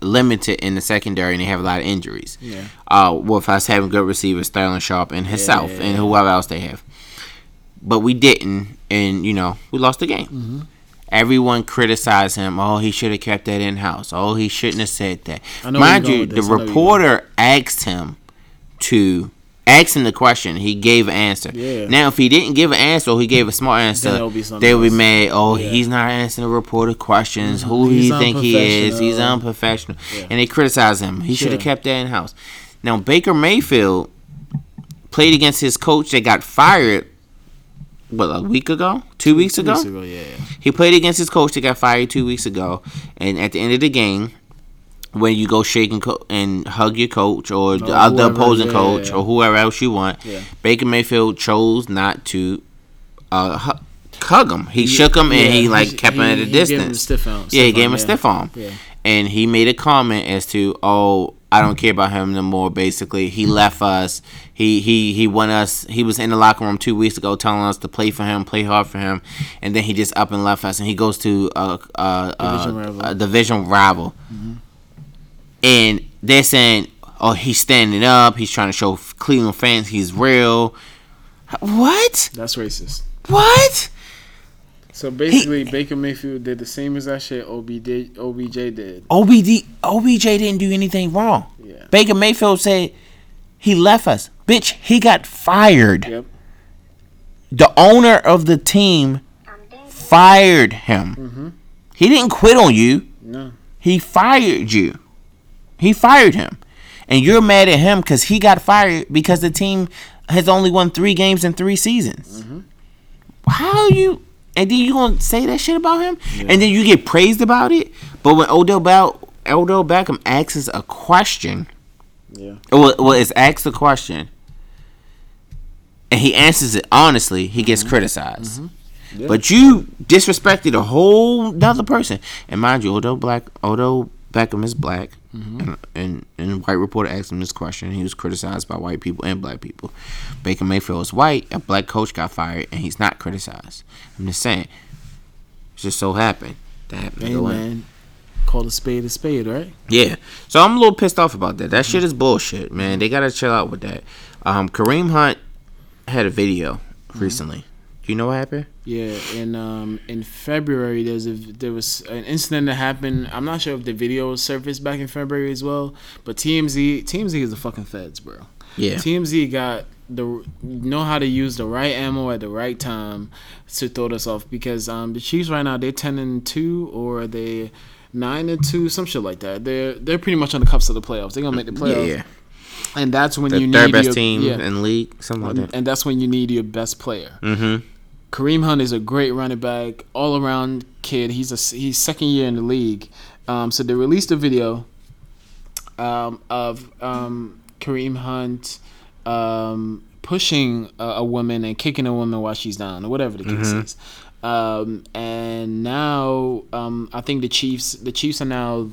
[SPEAKER 3] limited in the secondary and they have a lot of injuries.
[SPEAKER 2] Yeah.
[SPEAKER 3] Uh, with us having good receivers, Sterling Sharp and himself and whoever else they have. But we didn't, and you know, we lost the game.
[SPEAKER 2] Mm-hmm.
[SPEAKER 3] Everyone criticized him. Oh, he should have kept that in house. Oh, he shouldn't have said that.
[SPEAKER 2] I know where
[SPEAKER 3] Mind
[SPEAKER 2] you're
[SPEAKER 3] you,
[SPEAKER 2] going
[SPEAKER 3] the
[SPEAKER 2] with this. I know where you're
[SPEAKER 3] reporter asked him to ask him the question. He gave an answer.
[SPEAKER 2] Yeah.
[SPEAKER 3] Now, if he didn't give an ansser, or he gave a smart answer,
[SPEAKER 2] it'll be something
[SPEAKER 3] they would be
[SPEAKER 2] else.
[SPEAKER 3] mad. Oh,
[SPEAKER 2] Yeah. Mm-hmm.
[SPEAKER 3] he's not answering the reporter questions. Who
[SPEAKER 2] He's
[SPEAKER 3] he think he is? He's
[SPEAKER 2] unprofessional.
[SPEAKER 3] unprofessional. And they criticize him. He should have
[SPEAKER 2] Sure.
[SPEAKER 3] kept that in house. Now Baker Mayfield played against his coach that got fired. What a week ago, two weeks
[SPEAKER 2] Two
[SPEAKER 3] ago,
[SPEAKER 2] weeks ago, yeah.
[SPEAKER 3] he played against his coach that got fired two weeks ago, and at the end of the game, when you go shake and, co- and hug your coach or the
[SPEAKER 2] Or
[SPEAKER 3] other
[SPEAKER 2] whoever,
[SPEAKER 3] opposing
[SPEAKER 2] yeah,
[SPEAKER 3] coach
[SPEAKER 2] yeah.
[SPEAKER 3] or whoever else you want,
[SPEAKER 2] Yeah.
[SPEAKER 3] Baker Mayfield chose not to uh, hu- hug him. He shook him and he like kept him at a
[SPEAKER 2] He gave him a
[SPEAKER 3] distance.
[SPEAKER 2] stiff arm.
[SPEAKER 3] yeah, he gave him a stiff arm,
[SPEAKER 2] Yeah.
[SPEAKER 3] and he made a comment as to oh. I don't care about him no more. Basically, he left us. He he he won us. He was in the locker room two weeks ago, telling us to play for him, play hard for him, and then he just up and left us. And he goes to a, a,
[SPEAKER 2] Division
[SPEAKER 3] a,
[SPEAKER 2] rival.
[SPEAKER 3] a division Mm-hmm. rival and they're saying, "Oh, he's standing up. He's trying to show Cleveland fans he's real." What?
[SPEAKER 2] That's racist.
[SPEAKER 3] What?
[SPEAKER 2] So basically, Baker Mayfield did the same as that shit OB did, OBJ did.
[SPEAKER 3] OBD OBJ didn't do anything wrong.
[SPEAKER 2] Yeah.
[SPEAKER 3] Baker Mayfield said he left us. Bitch, he got fired.
[SPEAKER 2] Yep.
[SPEAKER 3] The owner of the team fired him. He didn't quit on you.
[SPEAKER 2] Mm-hmm. No.
[SPEAKER 3] He fired you. He fired him. And you're mad at him because he got fired because the team has only won three games in three seasons.
[SPEAKER 2] Mm-hmm.
[SPEAKER 3] How you. And then you gonna say that shit about him, and then you get praised about it. But when Odell Bow, Odell Beckham asks a question,
[SPEAKER 2] Yeah.
[SPEAKER 3] well, well, it's asked a question, and he answers it honestly, he gets criticized. But you disrespected a whole other person, and mind you, although black, although Beckham is black, and, and and a white reporter asked him this question, and he was criticized by white people and black people. Baker Mayfield is white, a black coach got fired, and he's not criticized. I'm just saying, it just so happened that happened.
[SPEAKER 2] Hey
[SPEAKER 3] to go in.
[SPEAKER 2] man, call a spade a spade, right?
[SPEAKER 3] Yeah. So I'm a little pissed off about that. That shit is bullshit, man. They gotta chill out with that. Um, Kareem Hunt had a video
[SPEAKER 2] Mm-hmm.
[SPEAKER 3] recently. Do you know what happened?
[SPEAKER 2] Yeah, and um, in February there's a there was an incident that happened. I'm not sure if the video surfaced back in February as well, but TMZ TMZ is the fucking feds, bro.
[SPEAKER 3] Yeah.
[SPEAKER 2] TMZ got the know how to use the right ammo at the right time to throw this off because um the Chiefs right now they're ten and two or they nine and two some shit like that. They're they're pretty much on the cuffs of the playoffs. They're gonna make the
[SPEAKER 3] Yeah,
[SPEAKER 2] playoffs,
[SPEAKER 3] yeah.
[SPEAKER 2] and that's when
[SPEAKER 3] The
[SPEAKER 2] you
[SPEAKER 3] third
[SPEAKER 2] need
[SPEAKER 3] best
[SPEAKER 2] your,
[SPEAKER 3] team
[SPEAKER 2] yeah. Um,
[SPEAKER 3] in the league, something like that.
[SPEAKER 2] And that's when you need your best player. Mm-hmm. Kareem Hunt is a great running back, all around kid. He's a he's second year in the league. Um, so they released a video um, of um, Kareem Hunt um, pushing a, a woman and kicking a woman while she's down, or whatever the case is. Um, and now um, I think the Chiefs the Chiefs are now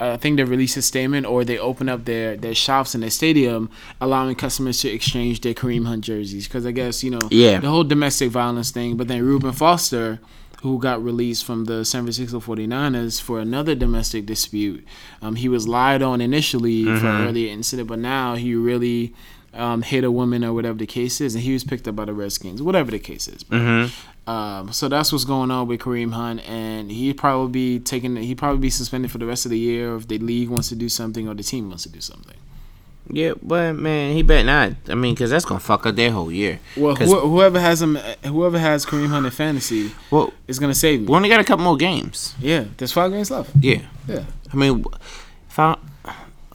[SPEAKER 2] I think they released a statement or they open up their, their shops in their stadium, allowing customers to exchange their Kareem Hunt jerseys. Because I guess, you know,
[SPEAKER 3] Yeah.
[SPEAKER 2] the whole domestic violence thing. But then Reuben Foster, who got released from the San Francisco 49ers for another domestic dispute, um, he was lied on initially for an earlier incident, but now he really um, hit a woman or whatever the case is, and he was picked up by the Redskins, whatever the case is. bro. Um, so that's what's going on with Kareem Hunt, and he probably be taking he probably be suspended for the rest of the year if the league wants to do something or the team wants to do something.
[SPEAKER 3] Yeah, but man, he bet not. I mean, because that's gonna fuck up their whole year.
[SPEAKER 2] Well,
[SPEAKER 3] 'Cause-
[SPEAKER 2] wh- whoever has him, whoever has Kareem Hunt in fantasy
[SPEAKER 3] well,
[SPEAKER 2] is gonna save
[SPEAKER 3] we
[SPEAKER 2] me.
[SPEAKER 3] only got a couple more games.
[SPEAKER 2] Yeah, there's five games left.
[SPEAKER 3] Yeah,
[SPEAKER 2] Yeah,
[SPEAKER 3] I mean, if I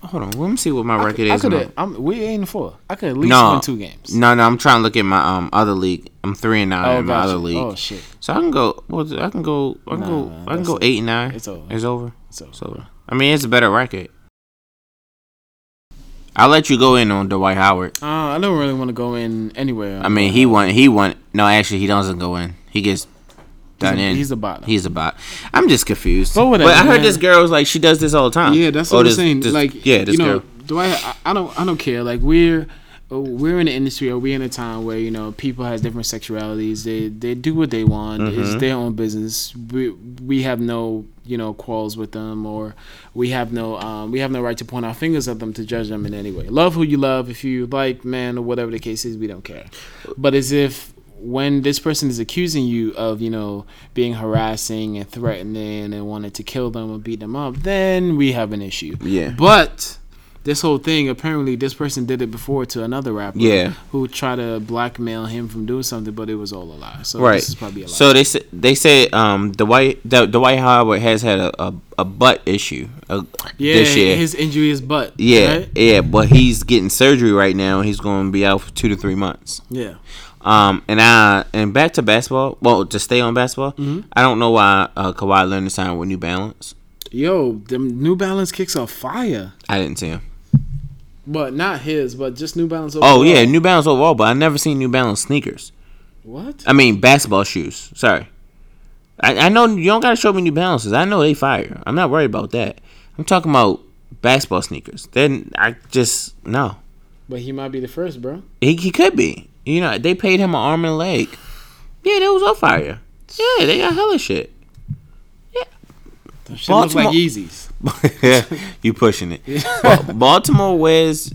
[SPEAKER 3] hold on, let me see what my record
[SPEAKER 2] I
[SPEAKER 3] is. in
[SPEAKER 2] could.
[SPEAKER 3] my-
[SPEAKER 2] I'm we ain't four. I could at least
[SPEAKER 3] No.
[SPEAKER 2] win two games.
[SPEAKER 3] No, no, I'm trying to look at my um other league. I'm three and nine
[SPEAKER 2] Oh,
[SPEAKER 3] in my
[SPEAKER 2] gotcha.
[SPEAKER 3] other league.
[SPEAKER 2] Oh, shit.
[SPEAKER 3] So I can go. What's it? I can go. I can
[SPEAKER 2] Nah,
[SPEAKER 3] go.
[SPEAKER 2] nah,
[SPEAKER 3] I can
[SPEAKER 2] that's
[SPEAKER 3] go
[SPEAKER 2] it.
[SPEAKER 3] eight and nine.
[SPEAKER 2] It's over.
[SPEAKER 3] It's over.
[SPEAKER 2] So,
[SPEAKER 3] It's over. I mean, it's a better record. I'll let you go in on Dwight Howard.
[SPEAKER 2] uh, I don't really want to go in anywhere.
[SPEAKER 3] I mean, he won. He won. No, actually, he doesn't go in. He gets
[SPEAKER 2] he's,
[SPEAKER 3] done
[SPEAKER 2] a,
[SPEAKER 3] in.
[SPEAKER 2] he's a bottom.
[SPEAKER 3] He's a bot. I'm just confused.
[SPEAKER 2] But
[SPEAKER 3] But,
[SPEAKER 2] whatever,
[SPEAKER 3] I heard
[SPEAKER 2] man.
[SPEAKER 3] this girl was like she does this all the time.
[SPEAKER 2] Yeah, that's
[SPEAKER 3] Or
[SPEAKER 2] what
[SPEAKER 3] this-
[SPEAKER 2] I'm saying.
[SPEAKER 3] this-
[SPEAKER 2] like,
[SPEAKER 3] yeah, this
[SPEAKER 2] you know,
[SPEAKER 3] girl.
[SPEAKER 2] do I, I? I don't. I don't care. Like we're uh, we're in an industry or we're in a time where you know people has different sexualities. They they do what they want.
[SPEAKER 3] Mm-hmm.
[SPEAKER 2] It's their own business. We we have no you know quarrels with them or we have no um, we have no right to point our fingers at them to judge them in any way. Love who you love. If you like man or whatever the case is, we don't care. But as if when this person is accusing you of, you know, being harassing and threatening and wanting to kill them or beat them up, then we have an issue.
[SPEAKER 3] Yeah.
[SPEAKER 2] But this whole thing, apparently, this person did it before to another rapper.
[SPEAKER 3] Yeah.
[SPEAKER 2] Who tried to blackmail him from doing something, but it was all a lie. So
[SPEAKER 3] Right.
[SPEAKER 2] this is probably a lie.
[SPEAKER 3] So they said they said um Dwight the Dwight Howard has had a, a, a butt issue uh,
[SPEAKER 2] yeah,
[SPEAKER 3] this year.
[SPEAKER 2] his injury is butt.
[SPEAKER 3] yeah,
[SPEAKER 2] right?
[SPEAKER 3] yeah, but he's getting surgery right now. He's going to be out for two to three months.
[SPEAKER 2] Yeah.
[SPEAKER 3] Um, and I and back to basketball. Well, to stay on basketball, I don't know why uh, Kawhi Leonard signed with New Balance.
[SPEAKER 2] Yo, them New Balance kicks are fire.
[SPEAKER 3] I didn't see him.
[SPEAKER 2] But not his, but just New Balance.
[SPEAKER 3] Oh
[SPEAKER 2] overall.
[SPEAKER 3] yeah, New Balance overall, but I never seen New Balance sneakers.
[SPEAKER 2] What?
[SPEAKER 3] I mean basketball shoes. Sorry. I, I know you don't gotta show me new balances. I know they fire. I'm not worried about that. I'm talking about basketball sneakers. Then I just no.
[SPEAKER 2] But he might be the first, bro.
[SPEAKER 3] He, he could be. You know, they paid him an arm and a leg. Yeah, they was on fire. Yeah, they got hella shit.
[SPEAKER 2] Shit looks like
[SPEAKER 3] Baltimore-
[SPEAKER 2] Yeezys.
[SPEAKER 3] you pushing it. Ba- Baltimore wears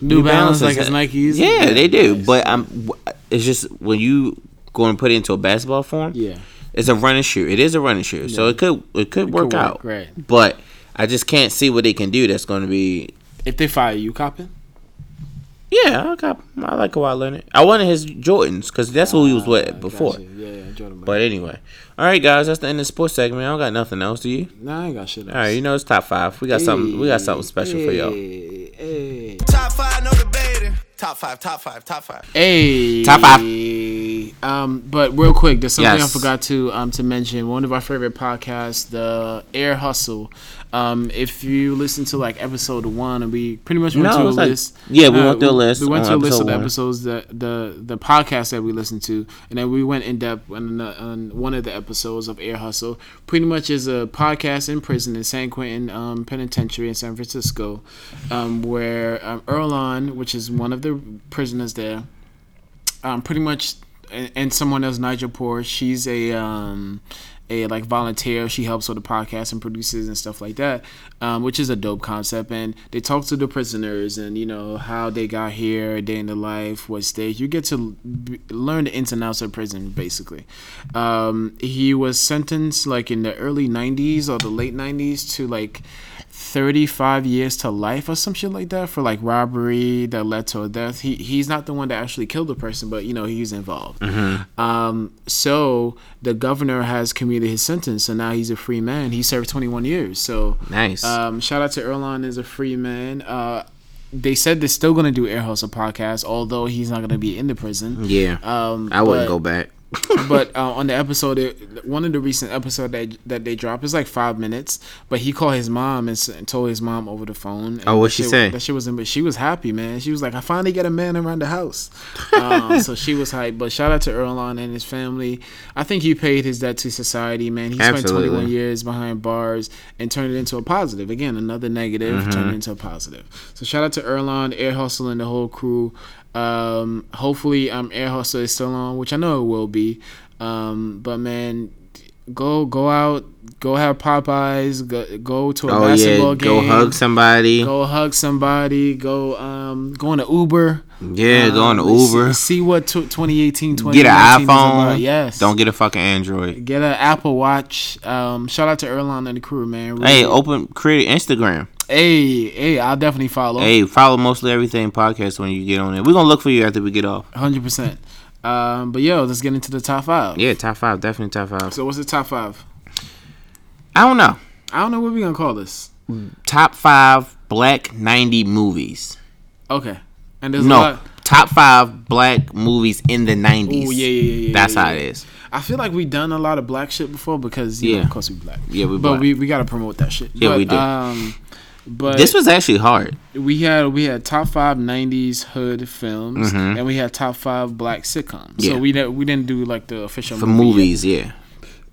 [SPEAKER 2] New, Balance, like
[SPEAKER 3] Balances.
[SPEAKER 2] his Nikes.
[SPEAKER 3] Yeah, they do. But I'm. It's just when you going to put it into a basketball form.
[SPEAKER 2] Yeah.
[SPEAKER 3] It's a running shoe. It is a running shoe. So it could it could work
[SPEAKER 2] work,
[SPEAKER 3] out.
[SPEAKER 2] right.
[SPEAKER 3] But I just can't see what they can do that's going to be.
[SPEAKER 2] If they fire you, copping.
[SPEAKER 3] Yeah, I got. I like Kawhi Leonard. I wanted his Jordans because that's who he was with
[SPEAKER 2] Ah,
[SPEAKER 3] before.
[SPEAKER 2] Gotcha. Yeah, yeah, Jordan. But
[SPEAKER 3] But anyway, all right, guys, that's the end of the sports segment. I don't got nothing else. Do you?
[SPEAKER 2] nah, I ain't got shit.
[SPEAKER 3] All right, you know it's top five. We got something. We got something special for y'all.
[SPEAKER 2] Hey,
[SPEAKER 5] Top five, no debating. Top five, top five, top five.
[SPEAKER 2] hey.
[SPEAKER 3] Top five.
[SPEAKER 2] Um, but real quick, there's something
[SPEAKER 3] Yes.
[SPEAKER 2] I forgot to um to mention. One of our favorite podcasts, the Air Hustle. Um, if you listen to like episode one, and we pretty much went
[SPEAKER 3] No,
[SPEAKER 2] to a
[SPEAKER 3] it's like-
[SPEAKER 2] list.
[SPEAKER 3] yeah, we
[SPEAKER 2] Uh,
[SPEAKER 3] went through a list
[SPEAKER 2] We went
[SPEAKER 3] on
[SPEAKER 2] to a list of
[SPEAKER 3] episode
[SPEAKER 2] the
[SPEAKER 3] one.
[SPEAKER 2] episodes that the the podcast that we listened to, and then we went in depth on, the, on one of the episodes of Air Hustle. Pretty much is a podcast in prison in San Quentin um, Penitentiary in San Francisco, um, where um, Erlon, which is one of the prisoners there, um, pretty much, and, and someone else, Nigel Poor, she's a um, a like volunteer. She helps with the podcast and produces and stuff like that, um, which is a dope concept. And they talk to the prisoners and you know how they got here, day in the life, what stage. You get to l- b- learn the ins and outs of prison, basically. Um, he was sentenced like in the early '90s or the late '90s to like 35 years to life or some shit like that for like robbery that led to a death. He he's not the one that actually killed the person, but you know he's involved.
[SPEAKER 3] Mm-hmm.
[SPEAKER 2] Um, so the governor has commuted his sentence, so now he's a free man. He served 21 years. So
[SPEAKER 3] Nice.
[SPEAKER 2] um, shout out to Erlon is a free man. Uh, they said they're still gonna do Air Hustle podcast, although he's not gonna be in the prison.
[SPEAKER 3] yeah,
[SPEAKER 2] Um,
[SPEAKER 3] I
[SPEAKER 2] but-
[SPEAKER 3] wouldn't go back.
[SPEAKER 2] but uh, on the episode, it, one of the recent episode that that they dropped is like five minutes. But he called his mom and, s- and told his mom over the phone. and
[SPEAKER 3] Oh, what'd
[SPEAKER 2] that
[SPEAKER 3] she
[SPEAKER 2] shit-
[SPEAKER 3] say?
[SPEAKER 2] That she was, in- but she was happy, man. She was like, "I finally got a man around the house," um, so she was hyped. But shout out to Erlon and his family. I think he paid his debt to society, man. He spent
[SPEAKER 3] Absolutely.
[SPEAKER 2] 21 years behind bars and turned it into a positive. Again, another negative
[SPEAKER 3] Mm-hmm.
[SPEAKER 2] turned into a positive. So shout out to Erlon, Air Hustle, and the whole crew. Um, hopefully, um, Air Hustle is still on, which I know it will be. Um, but man, go go out, go have Popeyes, go, go to a
[SPEAKER 3] Oh yeah,
[SPEAKER 2] basketball
[SPEAKER 3] go
[SPEAKER 2] game,
[SPEAKER 3] hug somebody.
[SPEAKER 2] go hug somebody, go um go on an Uber,
[SPEAKER 3] yeah, go on
[SPEAKER 2] um,
[SPEAKER 3] Uber.
[SPEAKER 2] see, see what tw 2018,
[SPEAKER 3] Get
[SPEAKER 2] 2019
[SPEAKER 3] an
[SPEAKER 2] is about.
[SPEAKER 3] iPhone.
[SPEAKER 2] yes,
[SPEAKER 3] Don't get a fucking Android.
[SPEAKER 2] get an Apple Watch. Um, shout out to Erlon and the crew, man. Really-
[SPEAKER 3] Hey, oh. open create Instagram.
[SPEAKER 2] hey, hey, I'll definitely follow.
[SPEAKER 3] Hey, follow mostly everything podcast when you get on it. We're gonna look for you after we get off.
[SPEAKER 2] hundred percent. Um, but yo, let's get into the top five.
[SPEAKER 3] Yeah, top five, definitely top five.
[SPEAKER 2] So what's the top five?
[SPEAKER 3] I don't know.
[SPEAKER 2] I don't know what we gonna call this.
[SPEAKER 3] Top five black ninety movies.
[SPEAKER 2] Okay, and there's a
[SPEAKER 3] No,
[SPEAKER 2] lot.
[SPEAKER 3] top five black movies in the nineties.
[SPEAKER 2] Ooh, yeah, yeah, yeah, yeah,
[SPEAKER 3] That's
[SPEAKER 2] yeah,
[SPEAKER 3] how
[SPEAKER 2] yeah.
[SPEAKER 3] it is.
[SPEAKER 2] I feel like we done a lot of black shit before because you know,
[SPEAKER 3] Yeah.
[SPEAKER 2] of course we black.
[SPEAKER 3] Yeah, we
[SPEAKER 2] but
[SPEAKER 3] black.
[SPEAKER 2] we we gotta promote that shit.
[SPEAKER 3] Yeah,
[SPEAKER 2] but,
[SPEAKER 3] we do.
[SPEAKER 2] Um, but
[SPEAKER 3] This was actually hard.
[SPEAKER 2] we had we had top five '90s hood films, and we had top five black sitcoms.
[SPEAKER 3] Mm-hmm. Yeah.
[SPEAKER 2] So we didn't we didn't do like the official
[SPEAKER 3] for
[SPEAKER 2] movie yet.
[SPEAKER 3] movies, yeah.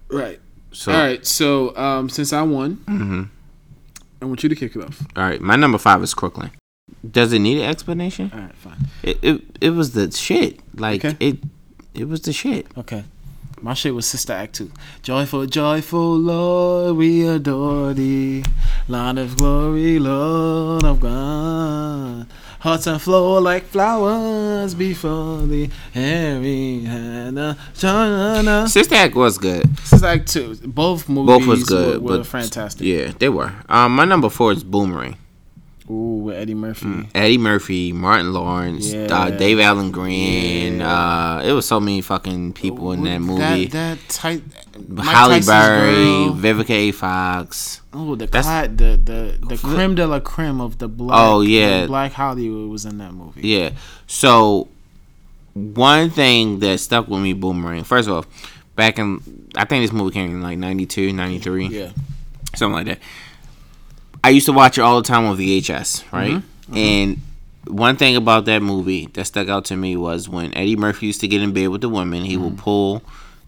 [SPEAKER 2] Right.
[SPEAKER 3] So,
[SPEAKER 2] All right. So um, since I won,
[SPEAKER 3] Mm-hmm.
[SPEAKER 2] I want you to kick it off.
[SPEAKER 3] all right, my number five is Crooklyn. Does it need an explanation?
[SPEAKER 2] All right. Fine.
[SPEAKER 3] It it, it was the shit. Like
[SPEAKER 2] Okay.
[SPEAKER 3] it it was the shit.
[SPEAKER 2] Okay. My shit was Sister Act 2. Joyful, joyful Lord, we adore thee. Line of glory, Lord of God. Hearts and flow like flowers before thee. Harry Hannah. Joanna.
[SPEAKER 3] Sister Act was good.
[SPEAKER 2] Sister Act 2. Both movies
[SPEAKER 3] Both was good,
[SPEAKER 2] were, were
[SPEAKER 3] but
[SPEAKER 2] fantastic.
[SPEAKER 3] Yeah, they were. Um, my number four is Boomerang.
[SPEAKER 2] Ooh, with Eddie Murphy.
[SPEAKER 3] Eddie Murphy, Martin Lawrence,
[SPEAKER 2] Yeah.
[SPEAKER 3] uh, Dave Allen Green. Uh, it was so many fucking people in that movie.
[SPEAKER 2] That, that tight. Mike
[SPEAKER 3] Holly
[SPEAKER 2] Tyson's
[SPEAKER 3] Berry,
[SPEAKER 2] girl.
[SPEAKER 3] Vivica A. Fox.
[SPEAKER 2] Oh, the
[SPEAKER 3] That's-
[SPEAKER 2] cla- the the the creme de la creme of the black.
[SPEAKER 3] Oh, yeah.
[SPEAKER 2] the black Hollywood was in that movie.
[SPEAKER 3] Yeah. So one thing that stuck with me, Boomerang. First of all, back in I think this movie came in like 92, 93,
[SPEAKER 2] Yeah,
[SPEAKER 3] something like that. I used to watch it all the time on VHS, right?
[SPEAKER 2] Mm-hmm.
[SPEAKER 3] And one thing about that movie that stuck out to me was when Eddie Murphy used to get in bed with the women, he
[SPEAKER 2] Mm-hmm.
[SPEAKER 3] would pull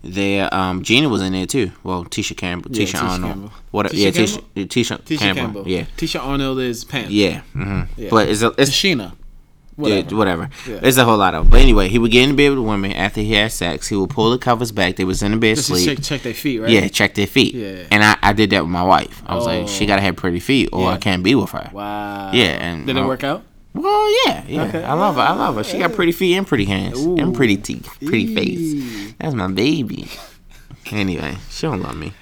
[SPEAKER 3] their um Gina was in there too. Well, Tisha Campbell,
[SPEAKER 2] Yeah,
[SPEAKER 3] Tisha
[SPEAKER 2] Tisha
[SPEAKER 3] Arnold.
[SPEAKER 2] Campbell.
[SPEAKER 3] What
[SPEAKER 2] Tisha
[SPEAKER 3] yeah, Tisha
[SPEAKER 2] Campbell?
[SPEAKER 3] Tisha,
[SPEAKER 2] Tisha
[SPEAKER 3] Campbell.
[SPEAKER 2] Campbell.
[SPEAKER 3] Yeah.
[SPEAKER 2] Tisha Arnold is Pam.
[SPEAKER 3] Yeah. hmm
[SPEAKER 2] Yeah.
[SPEAKER 3] But it's a, it's
[SPEAKER 2] Sheena.
[SPEAKER 3] whatever.
[SPEAKER 2] Whatever.
[SPEAKER 3] whatever.
[SPEAKER 2] Yeah.
[SPEAKER 3] It's a whole lot of. But anyway, he would get in bed with women after he had sex. He would pull the covers back. They was in the bed
[SPEAKER 2] Just to
[SPEAKER 3] sleep.
[SPEAKER 2] check check their feet, right?
[SPEAKER 3] Yeah, check their feet.
[SPEAKER 2] Yeah.
[SPEAKER 3] And I, I did that with my wife. I was like, she
[SPEAKER 2] Oh.
[SPEAKER 3] gotta have pretty feet, or
[SPEAKER 2] Yeah.
[SPEAKER 3] I can't be with her.
[SPEAKER 2] Wow.
[SPEAKER 3] Yeah, Uh-huh. and
[SPEAKER 2] Did it
[SPEAKER 3] I-
[SPEAKER 2] work out?
[SPEAKER 3] Well, yeah, yeah.
[SPEAKER 2] Okay.
[SPEAKER 3] I love her. I love her. She got pretty feet and pretty hands and pretty teeth, pretty
[SPEAKER 2] Eee.
[SPEAKER 3] face. That's my baby. anyway, she don't love me.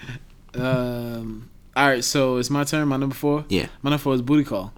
[SPEAKER 2] Um. All right, so it's my turn. My number four.
[SPEAKER 3] Yeah.
[SPEAKER 2] My number four is Booty Call.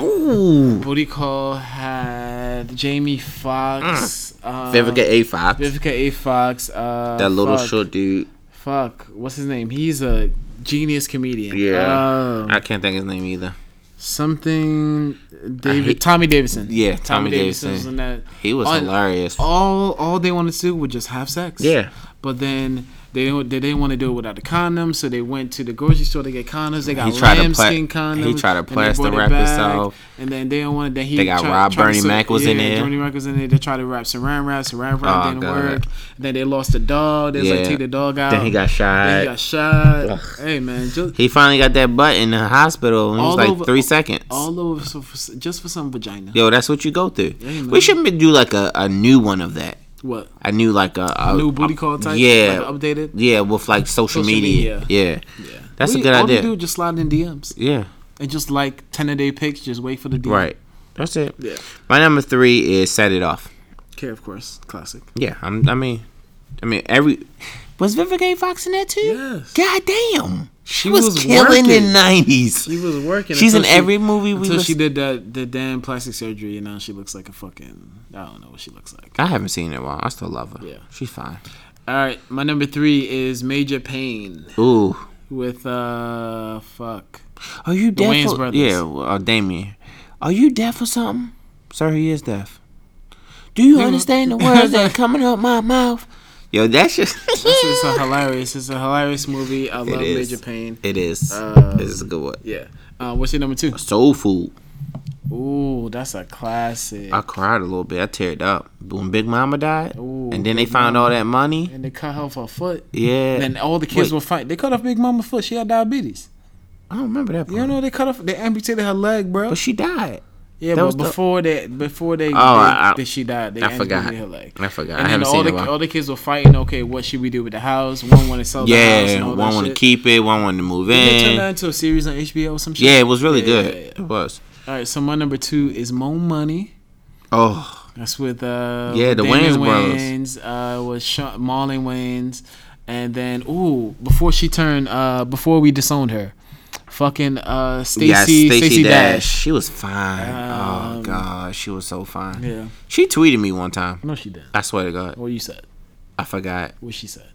[SPEAKER 3] Ooh.
[SPEAKER 2] Booty Call had Jamie Foxx, um,
[SPEAKER 3] Mm. Vivica A. Fox.
[SPEAKER 2] Vivica A. Fox. Uh,
[SPEAKER 3] that little
[SPEAKER 2] fuck,
[SPEAKER 3] short dude.
[SPEAKER 2] Fuck. What's his name? He's a genius comedian.
[SPEAKER 3] Yeah.
[SPEAKER 2] Um,
[SPEAKER 3] I can't think of his name either.
[SPEAKER 2] something David
[SPEAKER 3] hate-
[SPEAKER 2] Tommy Davidson.
[SPEAKER 3] Yeah, Tommy Davidson.
[SPEAKER 2] was in that.
[SPEAKER 3] He was
[SPEAKER 2] On-
[SPEAKER 3] hilarious.
[SPEAKER 2] All all they wanted to do was just have sex.
[SPEAKER 3] Yeah.
[SPEAKER 2] But then they didn't, they didn't want to do it without the condom, so they went to the grocery store to get condoms. They got
[SPEAKER 3] He tried to
[SPEAKER 2] lamb
[SPEAKER 3] pla-
[SPEAKER 2] skin condoms.
[SPEAKER 3] he tried to
[SPEAKER 2] and they
[SPEAKER 3] plaster
[SPEAKER 2] brought it
[SPEAKER 3] wrap
[SPEAKER 2] back,
[SPEAKER 3] himself.
[SPEAKER 2] And then they don't want. Then he
[SPEAKER 3] They got
[SPEAKER 2] tried- tried
[SPEAKER 3] Rob
[SPEAKER 2] to
[SPEAKER 3] Bernie
[SPEAKER 2] sur-
[SPEAKER 3] Mac was in
[SPEAKER 2] yeah,
[SPEAKER 3] there.
[SPEAKER 2] Bernie Mac was in there. They tried to wrap saran wrap, saran wrap
[SPEAKER 3] Oh,
[SPEAKER 2] didn't
[SPEAKER 3] God.
[SPEAKER 2] work. Then they lost the dog. They was like
[SPEAKER 3] Yeah.
[SPEAKER 2] take the dog out.
[SPEAKER 3] Then he got shot.
[SPEAKER 2] Then he got shot. Hey man, just
[SPEAKER 3] He finally got that butt in the hospital. And it
[SPEAKER 2] All
[SPEAKER 3] was like
[SPEAKER 2] over-
[SPEAKER 3] three seconds.
[SPEAKER 2] all over so for, just for some vagina.
[SPEAKER 3] Yo, that's what you go through.
[SPEAKER 2] Yeah, man.
[SPEAKER 3] we should be- do like a, a new one of that.
[SPEAKER 2] What?
[SPEAKER 3] I knew like a, a
[SPEAKER 2] new booty
[SPEAKER 3] a-
[SPEAKER 2] call type.
[SPEAKER 3] Yeah,
[SPEAKER 2] like updated.
[SPEAKER 3] yeah, with like social,
[SPEAKER 2] Social
[SPEAKER 3] media. Yeah,
[SPEAKER 2] Yeah,
[SPEAKER 3] That's a
[SPEAKER 2] We-
[SPEAKER 3] good
[SPEAKER 2] all
[SPEAKER 3] idea.
[SPEAKER 2] All do just slide in DMs
[SPEAKER 3] yeah,
[SPEAKER 2] and just like ten a day pics. Just wait for the DM.
[SPEAKER 3] right. That's it.
[SPEAKER 2] Yeah.
[SPEAKER 3] My number three is set it off.
[SPEAKER 2] Okay, of course, classic.
[SPEAKER 3] Yeah, I'm, I mean, I mean every. Was Vivica A. Fox in that too?
[SPEAKER 2] Yes.
[SPEAKER 3] God damn, she,
[SPEAKER 2] She
[SPEAKER 3] was,
[SPEAKER 2] was
[SPEAKER 3] killing
[SPEAKER 2] working.
[SPEAKER 3] the nineties.
[SPEAKER 2] She was working.
[SPEAKER 3] She's in
[SPEAKER 2] until she-
[SPEAKER 3] every movie we.
[SPEAKER 2] Until
[SPEAKER 3] Was,
[SPEAKER 2] she did that, the damn plastic surgery, and now she looks like a fucking. I don't know what she looks like.
[SPEAKER 3] I haven't seen it in a while. I still love her.
[SPEAKER 2] Yeah.
[SPEAKER 3] she's fine.
[SPEAKER 2] All right, my number three is Major Pain
[SPEAKER 3] Ooh.
[SPEAKER 2] with uh fuck.
[SPEAKER 3] Are you
[SPEAKER 2] The
[SPEAKER 3] deaf?
[SPEAKER 2] Wayans
[SPEAKER 3] for,
[SPEAKER 2] brothers.
[SPEAKER 3] Yeah, well, uh, Damien. Are you deaf or something? Sir, he is deaf. Do you understand the words that are coming out my mouth? Yo, that's just.
[SPEAKER 2] This is a hilarious. It's a hilarious movie. I love
[SPEAKER 3] is.
[SPEAKER 2] Major Pain.
[SPEAKER 3] it is.
[SPEAKER 2] Um,
[SPEAKER 3] this is a good one.
[SPEAKER 2] Yeah. Uh, what's your number two?
[SPEAKER 3] Soul food.
[SPEAKER 2] Ooh, that's a classic.
[SPEAKER 3] I cried a little bit. I teared up when Big Mama died,
[SPEAKER 2] Ooh,
[SPEAKER 3] and then they
[SPEAKER 2] Big
[SPEAKER 3] found
[SPEAKER 2] Mama.
[SPEAKER 3] all that money.
[SPEAKER 2] and they cut off her foot.
[SPEAKER 3] Yeah,
[SPEAKER 2] And all the kids
[SPEAKER 3] Wait.
[SPEAKER 2] were fighting. They cut off Big Mama's foot. She had diabetes.
[SPEAKER 3] I don't remember that. Part.
[SPEAKER 2] You know they cut off. They amputated her leg, bro.
[SPEAKER 3] but she died.
[SPEAKER 2] Yeah,
[SPEAKER 3] That was
[SPEAKER 2] but
[SPEAKER 3] the- Oh,
[SPEAKER 2] before that, before they, they,
[SPEAKER 3] I- I-
[SPEAKER 2] that she died, they
[SPEAKER 3] I
[SPEAKER 2] had to
[SPEAKER 3] forgot.
[SPEAKER 2] leave her, like-
[SPEAKER 3] I forgot. I
[SPEAKER 2] And then
[SPEAKER 3] haven't
[SPEAKER 2] all
[SPEAKER 3] seen it
[SPEAKER 2] the
[SPEAKER 3] in a while.
[SPEAKER 2] all the kids were fighting. Okay, what should we do with the house? One wanted to sell the house.
[SPEAKER 3] Yeah,
[SPEAKER 2] and all
[SPEAKER 3] one
[SPEAKER 2] that
[SPEAKER 3] wanted to
[SPEAKER 2] shit.
[SPEAKER 3] keep it, one wanted to move
[SPEAKER 2] They turned that
[SPEAKER 3] in.
[SPEAKER 2] into a series on HBO or some shit.
[SPEAKER 3] Yeah, it was really
[SPEAKER 2] Yeah,
[SPEAKER 3] good.
[SPEAKER 2] yeah, yeah.
[SPEAKER 3] It was.
[SPEAKER 2] All right, so my number two is Mo Money.
[SPEAKER 3] Oh,
[SPEAKER 2] That's with uh
[SPEAKER 3] Yeah, the
[SPEAKER 2] Damon
[SPEAKER 3] Wayans brothers.
[SPEAKER 2] Wayans, uh, was Sha Marlon Wayans, and then ooh, before she turned, uh, before we disowned her, fucking uh Stacy
[SPEAKER 3] yeah,
[SPEAKER 2] Stacy
[SPEAKER 3] Stacey Dash.
[SPEAKER 2] Dash.
[SPEAKER 3] She was fine. oh
[SPEAKER 2] Um,
[SPEAKER 3] god, she was so fine.
[SPEAKER 2] Yeah,
[SPEAKER 3] She tweeted me one time.
[SPEAKER 2] no, she didn't.
[SPEAKER 3] I swear to God,
[SPEAKER 2] What you said?
[SPEAKER 3] I forgot.
[SPEAKER 2] What she said?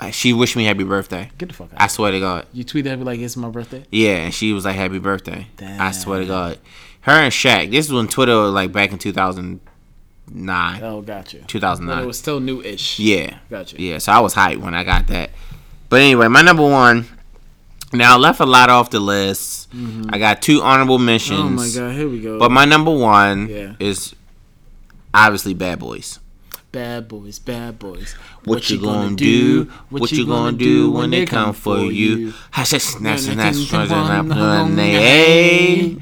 [SPEAKER 3] Uh, She wished me happy birthday.
[SPEAKER 2] Get the fuck out.
[SPEAKER 3] I swear to God.
[SPEAKER 2] you tweeted at me like it's my birthday.
[SPEAKER 3] Yeah, and she was like, "Happy birthday." I
[SPEAKER 2] Damn.
[SPEAKER 3] swear to God. Her and Shaq. This is when Twitter was like back in two thousand nine.
[SPEAKER 2] Oh, gotcha.
[SPEAKER 3] Two thousand
[SPEAKER 2] But it
[SPEAKER 3] nine.
[SPEAKER 2] was still new-ish.
[SPEAKER 3] Yeah.
[SPEAKER 2] Gotcha.
[SPEAKER 3] Yeah, so I was hyped when I got that. But anyway, my number one. Now I left a lot off the list. I got two honorable mentions.
[SPEAKER 2] Mm-hmm. Oh my god, here we go.
[SPEAKER 3] But my number one
[SPEAKER 2] Yeah.
[SPEAKER 3] is obviously Bad Boys.
[SPEAKER 2] bad boys, bad boys.
[SPEAKER 3] What, you gonna, do? What, you gonna do when they come for you? Hush, hush, snatch,
[SPEAKER 2] they
[SPEAKER 3] snatch,
[SPEAKER 2] can
[SPEAKER 3] snatch,
[SPEAKER 2] come on
[SPEAKER 3] snatch,
[SPEAKER 2] home
[SPEAKER 3] hey.